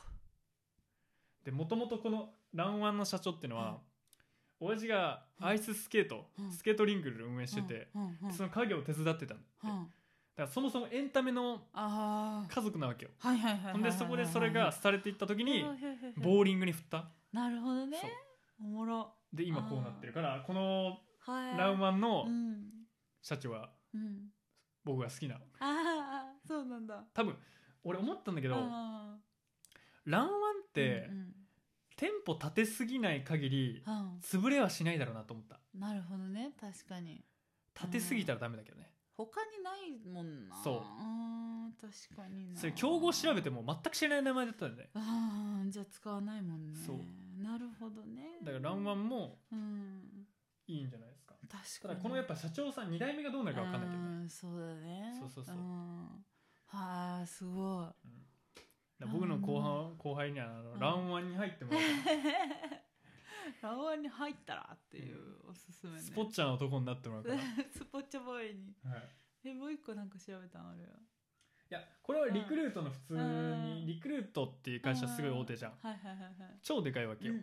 Speaker 1: でもともとこのランワンの社長っていうのは、親父がアイススケート、
Speaker 2: うん
Speaker 1: スケートリングル運営してて、
Speaker 2: うんうんうん
Speaker 1: その家業を手伝ってたんだって、
Speaker 2: うん
Speaker 1: だからそもそもエンタメの
Speaker 2: あー
Speaker 1: 家族なわけよ、
Speaker 2: はいはいはいはいはいは
Speaker 1: ほ
Speaker 2: いはい
Speaker 1: んでそこでそれが廃れていった時に
Speaker 2: はいはいはいはい
Speaker 1: ボーリングに振った
Speaker 2: なるほどね
Speaker 1: そう
Speaker 2: おもろ
Speaker 1: で今こうなってるからこの
Speaker 2: はい
Speaker 1: ランワンの
Speaker 2: うん
Speaker 1: 社長は
Speaker 2: うん
Speaker 1: 僕が好きな
Speaker 2: ああそうなんだ
Speaker 1: 多分俺思ったんだけど
Speaker 2: あ
Speaker 1: ランワンっ
Speaker 2: ー
Speaker 1: て
Speaker 2: うんうん
Speaker 1: 店舗立てすぎない限り
Speaker 2: うん
Speaker 1: 潰れはしないだろうなと思った
Speaker 2: なるほどね確かに
Speaker 1: 立てすぎたらダメだけどね
Speaker 2: 他にないもんな
Speaker 1: そう
Speaker 2: ーん確かにな
Speaker 1: それ競合調べても全く知らない名前だったんだよね
Speaker 2: ああじゃあ使わないもんね
Speaker 1: そう
Speaker 2: なるほどね
Speaker 1: だからランワンも
Speaker 2: うん
Speaker 1: いいんじゃないですかた
Speaker 2: 確か
Speaker 1: だ
Speaker 2: に
Speaker 1: このやっぱ社長さん2代目がどうなるか分かんないけどね
Speaker 2: うんそうだね
Speaker 1: そうそうそうん
Speaker 2: はあすごい [laughs]
Speaker 1: だから僕の後
Speaker 2: ラン
Speaker 1: 輩後輩にはあ
Speaker 2: う
Speaker 1: の
Speaker 2: ん
Speaker 1: ランワンに入っても
Speaker 2: [laughs]
Speaker 1: らおう
Speaker 2: ラワンに入ったらっていうおすすめ
Speaker 1: か
Speaker 2: ね
Speaker 1: なスポッチャーの男になってもらう
Speaker 2: [laughs]
Speaker 1: から、はい
Speaker 2: スポッチャボーイに
Speaker 1: い
Speaker 2: [laughs] えもう一個なんか調べたのあるよ
Speaker 1: やこれはリクルートの普通
Speaker 2: うん
Speaker 1: にリクルートっていう会社すごい大手じゃん
Speaker 2: はいはいはいはい
Speaker 1: 超でかいわけよ、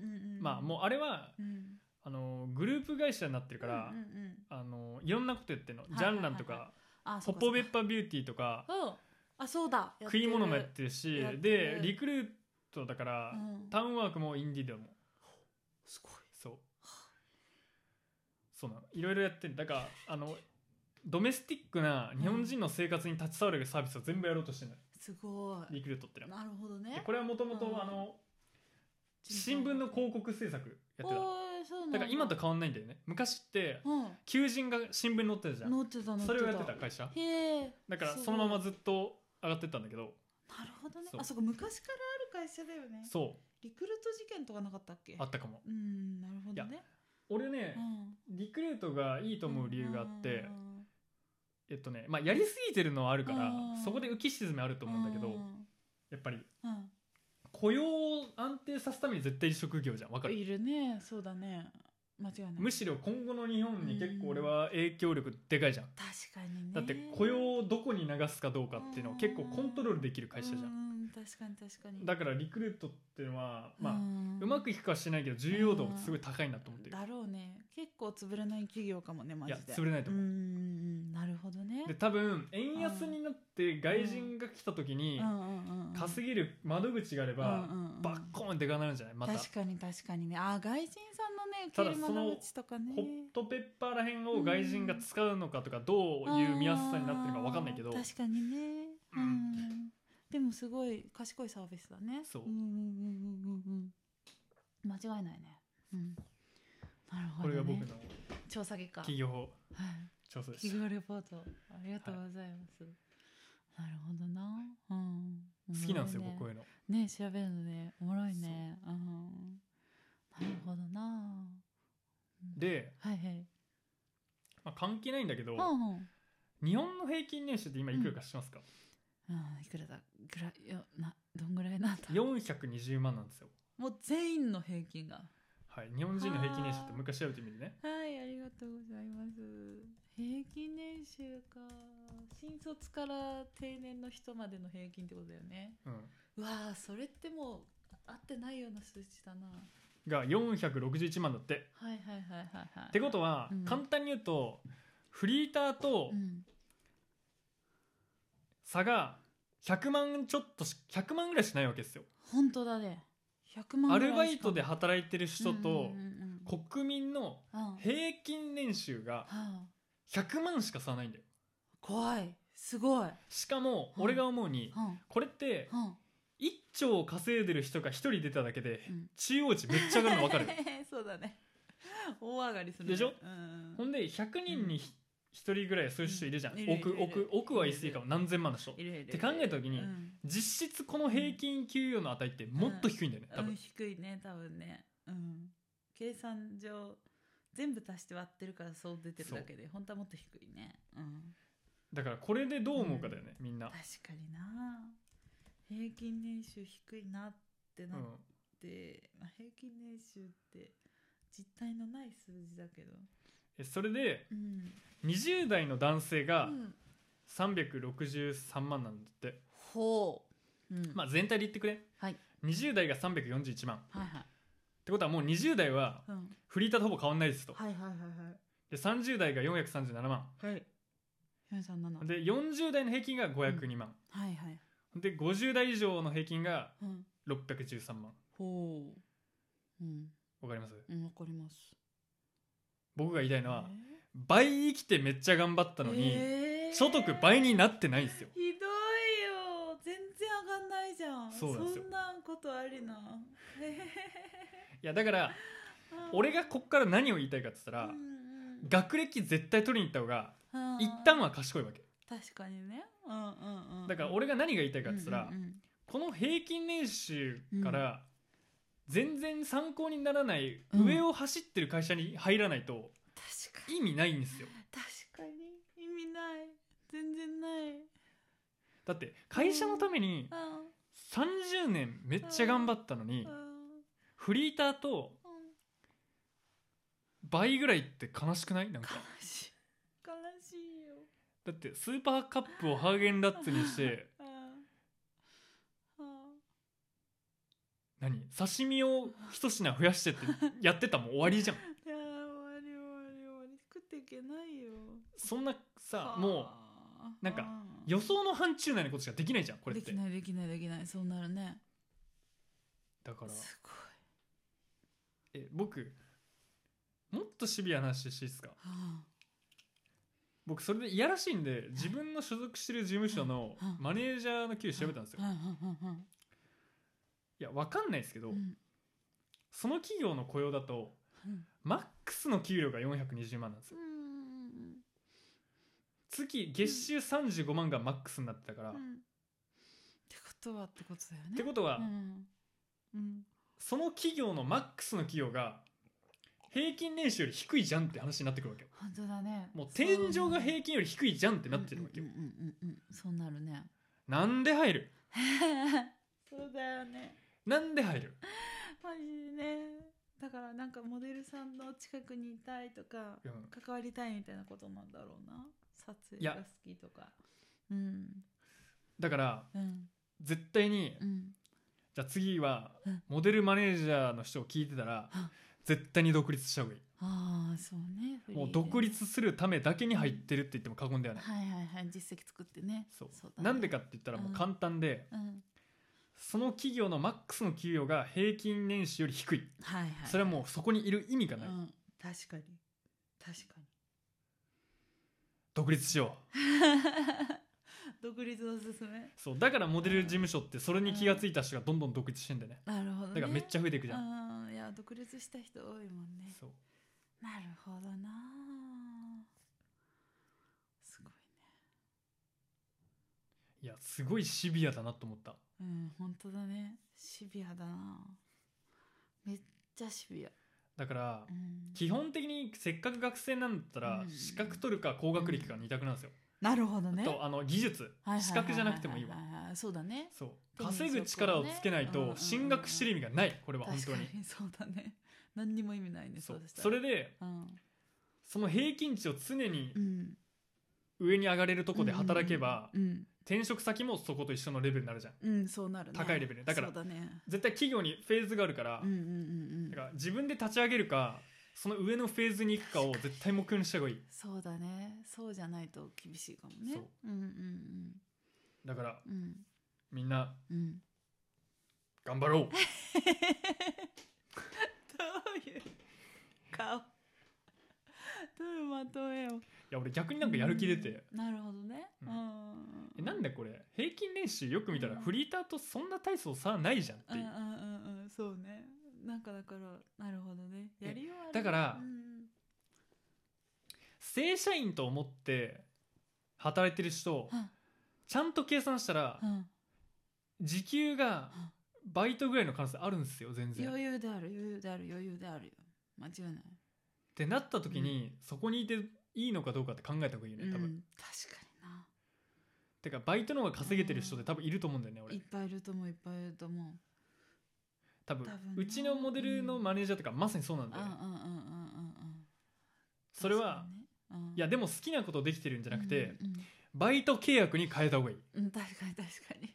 Speaker 1: まあもうあれは
Speaker 2: うんうん
Speaker 1: あのグループ会社になってるから、
Speaker 2: うんうんうん
Speaker 1: あのいろんなことやってんの、
Speaker 2: い
Speaker 1: ジャンランと
Speaker 2: はい
Speaker 1: か
Speaker 2: あ
Speaker 1: ポ
Speaker 2: そっ
Speaker 1: ッ
Speaker 2: かそ
Speaker 1: ポ
Speaker 2: っ
Speaker 1: ベ
Speaker 2: か
Speaker 1: ッパビューティーとか
Speaker 2: うんあそうだやって
Speaker 1: 食
Speaker 2: る
Speaker 1: い物もやってるし
Speaker 2: やってる
Speaker 1: でリクルートだから、
Speaker 2: うん
Speaker 1: タウンワークもインディードも
Speaker 2: すごい
Speaker 1: そうそうなのいろいろやってるだからあのドメスティックな日本人の生活に立ち触るサービスを全部やろうとしてるの
Speaker 2: すごい
Speaker 1: リクルートってのは
Speaker 2: なるほど
Speaker 1: で
Speaker 2: ね
Speaker 1: これはもともと
Speaker 2: うん
Speaker 1: あの新聞の広告制作やってたの
Speaker 2: おーそうなん
Speaker 1: だから今と変わんないんだよね昔って
Speaker 2: うん
Speaker 1: 求人が新聞に載ってたじゃん
Speaker 2: 乗ってた乗ってた
Speaker 1: それをやってた会社
Speaker 2: へえ
Speaker 1: だからそのままずっと上がってったんだけど
Speaker 2: なるほどね
Speaker 1: そう
Speaker 2: あそこ昔からある会社だよね
Speaker 1: そ
Speaker 2: リクルート事件とかなかったっけ
Speaker 1: うあったかも
Speaker 2: うんなるほどね
Speaker 1: 俺ね
Speaker 2: うん
Speaker 1: リクルートがいいと思う理由があって
Speaker 2: うんうん
Speaker 1: えっとねまあやりすぎてるのはあるから
Speaker 2: うん
Speaker 1: そこで浮き沈みあると思うんだけ
Speaker 2: う
Speaker 1: ど
Speaker 2: ん
Speaker 1: やっぱり
Speaker 2: うん
Speaker 1: 雇用を安定させために絶対職業じゃんわかる
Speaker 2: いるねそうだね間違いない
Speaker 1: むしろ今後の日本に結構俺は影響力でかいじゃん
Speaker 2: 確かにね
Speaker 1: だって雇用をどこに流すかどうかっていうのを結構コントロールできる会社じゃ
Speaker 2: うんん確かに確かに
Speaker 1: だからリクルートっていうのはまあ
Speaker 2: ん
Speaker 1: うまくいくかはしないけど重要度すごい高いなと思ってる
Speaker 2: だろうね結構潰れない企業かもねマ
Speaker 1: いや
Speaker 2: ジで
Speaker 1: 潰れないと
Speaker 2: うー
Speaker 1: 思うん
Speaker 2: なるほどね
Speaker 1: で多分円安になって外人が来た時に
Speaker 2: うんうんうんうん
Speaker 1: 稼げる窓口があれば
Speaker 2: うんうんうん
Speaker 1: バッコーンってかなるんじゃないまた
Speaker 2: 確かに確かにねあー外人さんのね受け
Speaker 1: た
Speaker 2: 入
Speaker 1: だ
Speaker 2: れ窓口とかね
Speaker 1: ホットペッパーらへんを外人が使うのかとかどういう見やすさになってるか分かんないけど
Speaker 2: あー確かにねう、
Speaker 1: うんん
Speaker 2: でもすごい賢いサービスだね
Speaker 1: そう
Speaker 2: うんうんうんうんうん間違いないねうんなるほ
Speaker 1: これ
Speaker 2: ど、ね、
Speaker 1: が僕の
Speaker 2: 調査結果、は
Speaker 1: 企
Speaker 2: い
Speaker 1: 業法、調査で
Speaker 2: 企
Speaker 1: した
Speaker 2: 業レポートありがとうございます、なるほどなうん
Speaker 1: 好きなんですよ、
Speaker 2: おも
Speaker 1: 僕こう
Speaker 2: ろい
Speaker 1: いうの
Speaker 2: ねね調べるのねおもろいねうんなるほどな
Speaker 1: で、
Speaker 2: はいはい
Speaker 1: まあ、関係ないんだけど、
Speaker 2: うんうん
Speaker 1: 日本の平均年収って今いくらか知ってますか、
Speaker 2: うんいくらだぐらいやなどんぐらいなんだ
Speaker 1: 420万なんですよ
Speaker 2: もう全員の平均が
Speaker 1: はい日本人の平均年収って昔調べてみるね
Speaker 2: はいありがとうございます平均年収か新卒から定年の人までの平均ってことだよね
Speaker 1: うん
Speaker 2: うわーそれってもう合ってないような数値だな
Speaker 1: が461万だって
Speaker 2: はいはいはいはいはい
Speaker 1: ってことは、
Speaker 2: うん
Speaker 1: 簡単に言うとフリーターと
Speaker 2: うん
Speaker 1: 差が100万ちょっとし100万ぐらいしないわけですよ
Speaker 2: 本当だね100万
Speaker 1: ア
Speaker 2: ぐ
Speaker 1: ル
Speaker 2: ら
Speaker 1: バ
Speaker 2: い
Speaker 1: イ
Speaker 2: しか
Speaker 1: トで働いてる人と
Speaker 2: うんうんうんうん
Speaker 1: 国民の
Speaker 2: あ
Speaker 1: 平均年収が
Speaker 2: あはあ
Speaker 1: 100万しか差ないんだよ
Speaker 2: 怖いすごい
Speaker 1: しかも
Speaker 2: うん
Speaker 1: 俺が思うに
Speaker 2: は
Speaker 1: これって
Speaker 2: あは
Speaker 1: 1兆稼いでる人が1人出ただけで
Speaker 2: あうん
Speaker 1: 中央値めっちゃ上がるの分
Speaker 2: [laughs]
Speaker 1: かる
Speaker 2: そうだね大上がりするね
Speaker 1: でしょ
Speaker 2: うん
Speaker 1: ほんで100人にひ1人ぐらいそういう人いるじゃん
Speaker 2: うんいるい
Speaker 1: 億
Speaker 2: るいる
Speaker 1: 億億はいすぎかも何千万の人
Speaker 2: いるいるいる
Speaker 1: って考えた時に
Speaker 2: うん
Speaker 1: 実質この平均給与の値ってもっと低いんだよね多
Speaker 2: うん
Speaker 1: 分
Speaker 2: 低いね多分ねうん計算上全部足して割ってるからそう出てるだけで本当はもっと低いねうん
Speaker 1: だからこれでどう思うかだよねみんな
Speaker 2: 確かにな平均年収低いなって
Speaker 1: う
Speaker 2: なっ
Speaker 1: ん
Speaker 2: て、まあ平均年収って実体のない数字だけど
Speaker 1: えそれで
Speaker 2: うん、
Speaker 1: 20代の男性
Speaker 2: う
Speaker 1: が
Speaker 2: ん、
Speaker 1: 363万なんだって
Speaker 2: ほう、うん
Speaker 1: まあ全体で言ってくれ、
Speaker 2: はい
Speaker 1: 20代が341万っ
Speaker 2: はいはい
Speaker 1: てことはもう20代は
Speaker 2: うん、
Speaker 1: フリーターとほぼ変わんないですと
Speaker 2: はいはいはい
Speaker 1: で30代が437万
Speaker 2: はいはいひめさんなのはい
Speaker 1: で40代の平均が502万、
Speaker 2: はい
Speaker 1: で50代以上の平均が
Speaker 2: うん
Speaker 1: 613万
Speaker 2: ほううん
Speaker 1: わかります
Speaker 2: うんわかります
Speaker 1: 僕が言いたいのは
Speaker 2: えー
Speaker 1: 倍生きてめっちゃ頑張ったのに、
Speaker 2: えー
Speaker 1: 所得倍になってないんですよ
Speaker 2: ひどいよ全然上がんないじゃん
Speaker 1: そうなんですよ
Speaker 2: んなことありな、え
Speaker 1: いやだから
Speaker 2: ー
Speaker 1: 俺がこっから何を言いたいかって言ったら、
Speaker 2: うんうん
Speaker 1: 学歴絶対取りに行った方が
Speaker 2: うん
Speaker 1: 一旦は賢いわけ
Speaker 2: 確かにねうんうんうん
Speaker 1: だから俺が何が言いたいかって言ったら、
Speaker 2: うんうん
Speaker 1: この平均年収から全然参考にならない上を走ってる会社に入らないと
Speaker 2: 確かに
Speaker 1: 意味ないんですよ
Speaker 2: 確かに意味ない全然ない
Speaker 1: だって会社のために
Speaker 2: あ
Speaker 1: 30年めっちゃ頑張ったのに
Speaker 2: あ
Speaker 1: フリーターと倍ぐらいって悲しくないなん
Speaker 2: 悲
Speaker 1: か
Speaker 2: しい悲しいよ
Speaker 1: だってスーパーカップをハーゲンダッツに
Speaker 2: [laughs]
Speaker 1: して
Speaker 2: あああ
Speaker 1: 何刺身を一品増やしてってやってたらもう終わりじゃん
Speaker 2: いやー終わり終わり終わり食っていけないよ
Speaker 1: そんなさ
Speaker 2: はあ
Speaker 1: もうなんか
Speaker 2: うん
Speaker 1: う予想の範疇内のことしかできないじゃんこれっ
Speaker 2: で
Speaker 1: て
Speaker 2: きないできないできないそうなるね
Speaker 1: だから
Speaker 2: すごい
Speaker 1: え僕もっとシビアな話していいですか
Speaker 2: は
Speaker 1: 僕それでいやらしいんで自分の所属してる事務所の
Speaker 2: うん
Speaker 1: マネージャーの給
Speaker 2: あ
Speaker 1: 料調べたんですよ
Speaker 2: はいはいはいはい
Speaker 1: いやわかんないですけど
Speaker 2: うん
Speaker 1: その企業の雇用だと
Speaker 2: うん
Speaker 1: マックスの給料が420万なんですよ
Speaker 2: うん
Speaker 1: 月月収35万がマックスになってたからっ
Speaker 2: うんってことはってことだよね
Speaker 1: てことは
Speaker 2: うんうん
Speaker 1: その企業のマックスの企業が平均年収より低いじゃんって話になってくるわけよ
Speaker 2: 本当だね
Speaker 1: もう天井が平
Speaker 2: っ
Speaker 1: 均より低いじゃんってなってるわけよ
Speaker 2: うんうんうんうんそうなるね
Speaker 1: なんで入る
Speaker 2: そうだよね
Speaker 1: なんで入る
Speaker 2: マジでねだからなんかモデルさんの近くにいたいとか
Speaker 1: うん
Speaker 2: 関わりたいみたいなことなんだろうな撮
Speaker 1: い
Speaker 2: 影
Speaker 1: や
Speaker 2: が好きとかうん
Speaker 1: だから
Speaker 2: うん
Speaker 1: 絶対に
Speaker 2: うん
Speaker 1: じゃあ次は
Speaker 2: うん
Speaker 1: モデルマネージャーの人を聞いてたら
Speaker 2: うん
Speaker 1: 絶対に独立した方がいい
Speaker 2: ああそうねフリー
Speaker 1: もう
Speaker 2: で
Speaker 1: 独立するためだけに入ってるって言っても過言ではない
Speaker 2: はいはいはい実績作ってね
Speaker 1: そう
Speaker 2: だね
Speaker 1: なんでかって言ったらもう簡単で
Speaker 2: うん
Speaker 1: その企業のマックスの給与が平均年収より低い
Speaker 2: はいはい
Speaker 1: それはもうそこにいる意味が
Speaker 2: う
Speaker 1: ない
Speaker 2: ん確かに確かに [laughs]
Speaker 1: 独立しよう
Speaker 2: 独立のすすめ
Speaker 1: そうだからモデル事務所ってそれに気がついた人がどんどん独立してんだよね
Speaker 2: なるほどね
Speaker 1: だからめっちゃ増えていくじゃん
Speaker 2: うんいや独立した人多いもんね
Speaker 1: そう
Speaker 2: なるほどな
Speaker 1: やすごいシビアだなと思った
Speaker 2: うん本当だねシビアだなめっちゃシビア、
Speaker 1: だから
Speaker 2: うん、
Speaker 1: 基本的にせっかく学生なんだったら
Speaker 2: うん
Speaker 1: 資格取るか高学歴か二択なんですよ、
Speaker 2: なるほどね
Speaker 1: とあの技術資格じゃなくてもいいわ
Speaker 2: わそうだね
Speaker 1: そう
Speaker 2: 手に
Speaker 1: 稼ぐ力をつけない
Speaker 2: うんうんうん
Speaker 1: と
Speaker 2: うん
Speaker 1: 進学してる意味がないこれは本
Speaker 2: 確
Speaker 1: 当
Speaker 2: か
Speaker 1: に
Speaker 2: に [laughs] そうだね何にも意味ないね
Speaker 1: そ
Speaker 2: そううでしたら
Speaker 1: それで
Speaker 2: うん
Speaker 1: その平均値を常に
Speaker 2: うん
Speaker 1: 上に上がれるとこで働けば
Speaker 2: うんうん
Speaker 1: 転職先もそこと一緒のレベルになるじゃん
Speaker 2: うん、うんそうなるね
Speaker 1: 高いレベルだから
Speaker 2: そうだね
Speaker 1: 絶対企業にフェーズがあるから,、
Speaker 2: うんうんうんうん
Speaker 1: だから自分で立ち上げるかその上のフェーズに行くかを絶対目標にした方がいい
Speaker 2: そうだねそうじゃないと厳しいかもね
Speaker 1: そう
Speaker 2: うんうん
Speaker 1: だから
Speaker 2: うんうん
Speaker 1: みんな
Speaker 2: うん
Speaker 1: 頑張
Speaker 2: [laughs]
Speaker 1: ろう
Speaker 2: どういう顔どういうまとめよ
Speaker 1: いや俺逆になんかやる気出て、
Speaker 2: なるほどね
Speaker 1: う
Speaker 2: うんん
Speaker 1: えなんだこれ平均練習よく見たら
Speaker 2: うん
Speaker 1: フリーターとそんな大層差ないじゃんって
Speaker 2: うん
Speaker 1: いううん
Speaker 2: うんうんそうねなんかだからなるほどねやりようある
Speaker 1: だから
Speaker 2: うん
Speaker 1: 正社員と思って働いてる人
Speaker 2: うん
Speaker 1: ちゃんと計算したら
Speaker 2: うん
Speaker 1: 時給がバイトぐらいの可能性あるんですよ全然。っ
Speaker 2: 余裕である余裕である余裕であるよ間違いない
Speaker 1: てなった時にそこにいていいのかどうかって考えた方がいいよね多分。
Speaker 2: うん確かにな
Speaker 1: てかバイトの方が稼げてる人って多分いると思うんだよね
Speaker 2: いっ
Speaker 1: 俺
Speaker 2: ぱいいると思ういっぱいいると思う
Speaker 1: 多分
Speaker 2: 多分
Speaker 1: うちのモデルのマネージャーとかまさにそうなん
Speaker 2: うん
Speaker 1: だ
Speaker 2: うん
Speaker 1: よ
Speaker 2: うん
Speaker 1: ね
Speaker 2: うんうんうん
Speaker 1: それは、
Speaker 2: 確かにねうん
Speaker 1: いやでも好きなことできてるんじゃなくて
Speaker 2: うんうんうん
Speaker 1: バイト契約に変えた方がいい
Speaker 2: うん、確かに確かに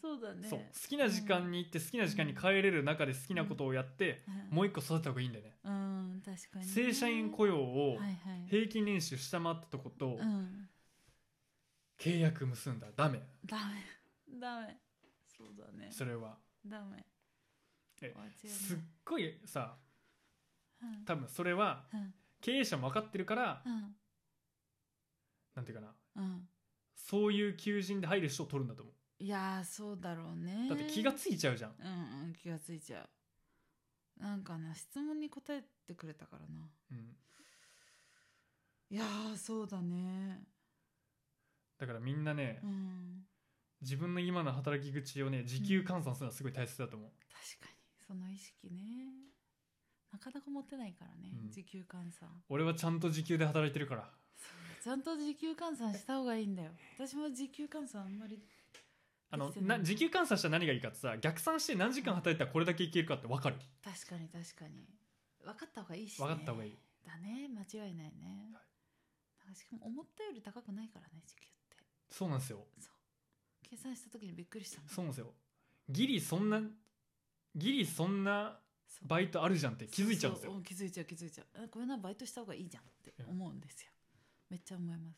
Speaker 2: そうだね
Speaker 1: そう好きな時間に行って好きな時間に帰れる中で好きなことをやって
Speaker 2: うん
Speaker 1: もう一個育てた方がいいんだよね
Speaker 2: うん確かにね、
Speaker 1: 正社員雇用を
Speaker 2: はいはい
Speaker 1: 平均年収下回ったとこと
Speaker 2: うん
Speaker 1: 契約結んだらダメ
Speaker 2: ダメダメそうだね
Speaker 1: それは
Speaker 2: ダメ
Speaker 1: え
Speaker 2: 間違いない
Speaker 1: すっごいさ
Speaker 2: うん
Speaker 1: 多分それは
Speaker 2: うん
Speaker 1: 経営者も分かってるから
Speaker 2: うん
Speaker 1: なんていうかな
Speaker 2: うん
Speaker 1: そういう求人で入る人を取るんだと思
Speaker 2: いやーそうだろうね
Speaker 1: うだって気がついちゃうじゃん
Speaker 2: うんうん気がついちゃうなんかな質問に答えてくれたからな
Speaker 1: うん
Speaker 2: いやーそうだね
Speaker 1: だからみんなね
Speaker 2: うん
Speaker 1: 自分の今の働き口をね時給換算するのはすごい大切だと思う
Speaker 2: 確かにその意識ねなかなか持ってないからね、
Speaker 1: うん
Speaker 2: 時給換算
Speaker 1: 俺はちゃんと時給で働いてるから
Speaker 2: そうちゃんと時給換算した方がいいんだよ私も時給換算あんまり
Speaker 1: あの
Speaker 2: ですよね
Speaker 1: な時給換算したら何がいいかってさ逆算して何時間働いたらこれだけいけるかって分かる
Speaker 2: 確かに確かに分かった方がいいし、ね、
Speaker 1: 分かった方がいい
Speaker 2: だね間違いないね、
Speaker 1: は
Speaker 2: なんかしかも思ったより高くないからね時給って
Speaker 1: そうなんですよ
Speaker 2: そう計算した時にびっくりしたもん
Speaker 1: そうなんですよギリそんなギリそんな
Speaker 2: そう
Speaker 1: バイトあるじゃんって気づいちゃうんです
Speaker 2: そ
Speaker 1: よ
Speaker 2: そ気づいちゃう気づいちゃうあこれなバイトした方がいいじゃんって思うんですよめっちゃ思いま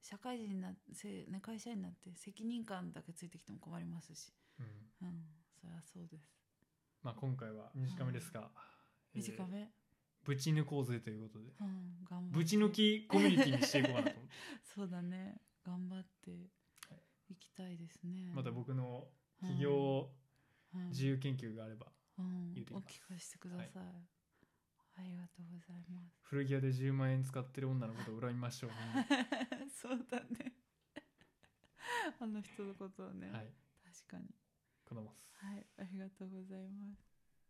Speaker 2: す社会人になせ、ね、会社員になって責任感だけついてきても困りますし
Speaker 1: うん
Speaker 2: うんそれはそうです
Speaker 1: まあ今回は短めですが
Speaker 2: 短
Speaker 1: えー
Speaker 2: め、
Speaker 1: ぶち抜こうぜということで
Speaker 2: うん頑張って
Speaker 1: ぶち抜きコミュニティにしていこうかなと思って
Speaker 2: [laughs] そうだね頑張っていきたいですね
Speaker 1: また僕の
Speaker 2: うん
Speaker 1: 企業
Speaker 2: うん
Speaker 1: 自由研究があれば
Speaker 2: うん
Speaker 1: 言うてい
Speaker 2: お
Speaker 1: ま
Speaker 2: 聞
Speaker 1: す
Speaker 2: かせてください、ありがとうございま
Speaker 1: 古着屋で10万円使ってる女のことを恨みましょうみんな
Speaker 2: す [laughs] そうだねあの人のことをね、
Speaker 1: はい
Speaker 2: 確かに
Speaker 1: 子供です
Speaker 2: はいありがとうございます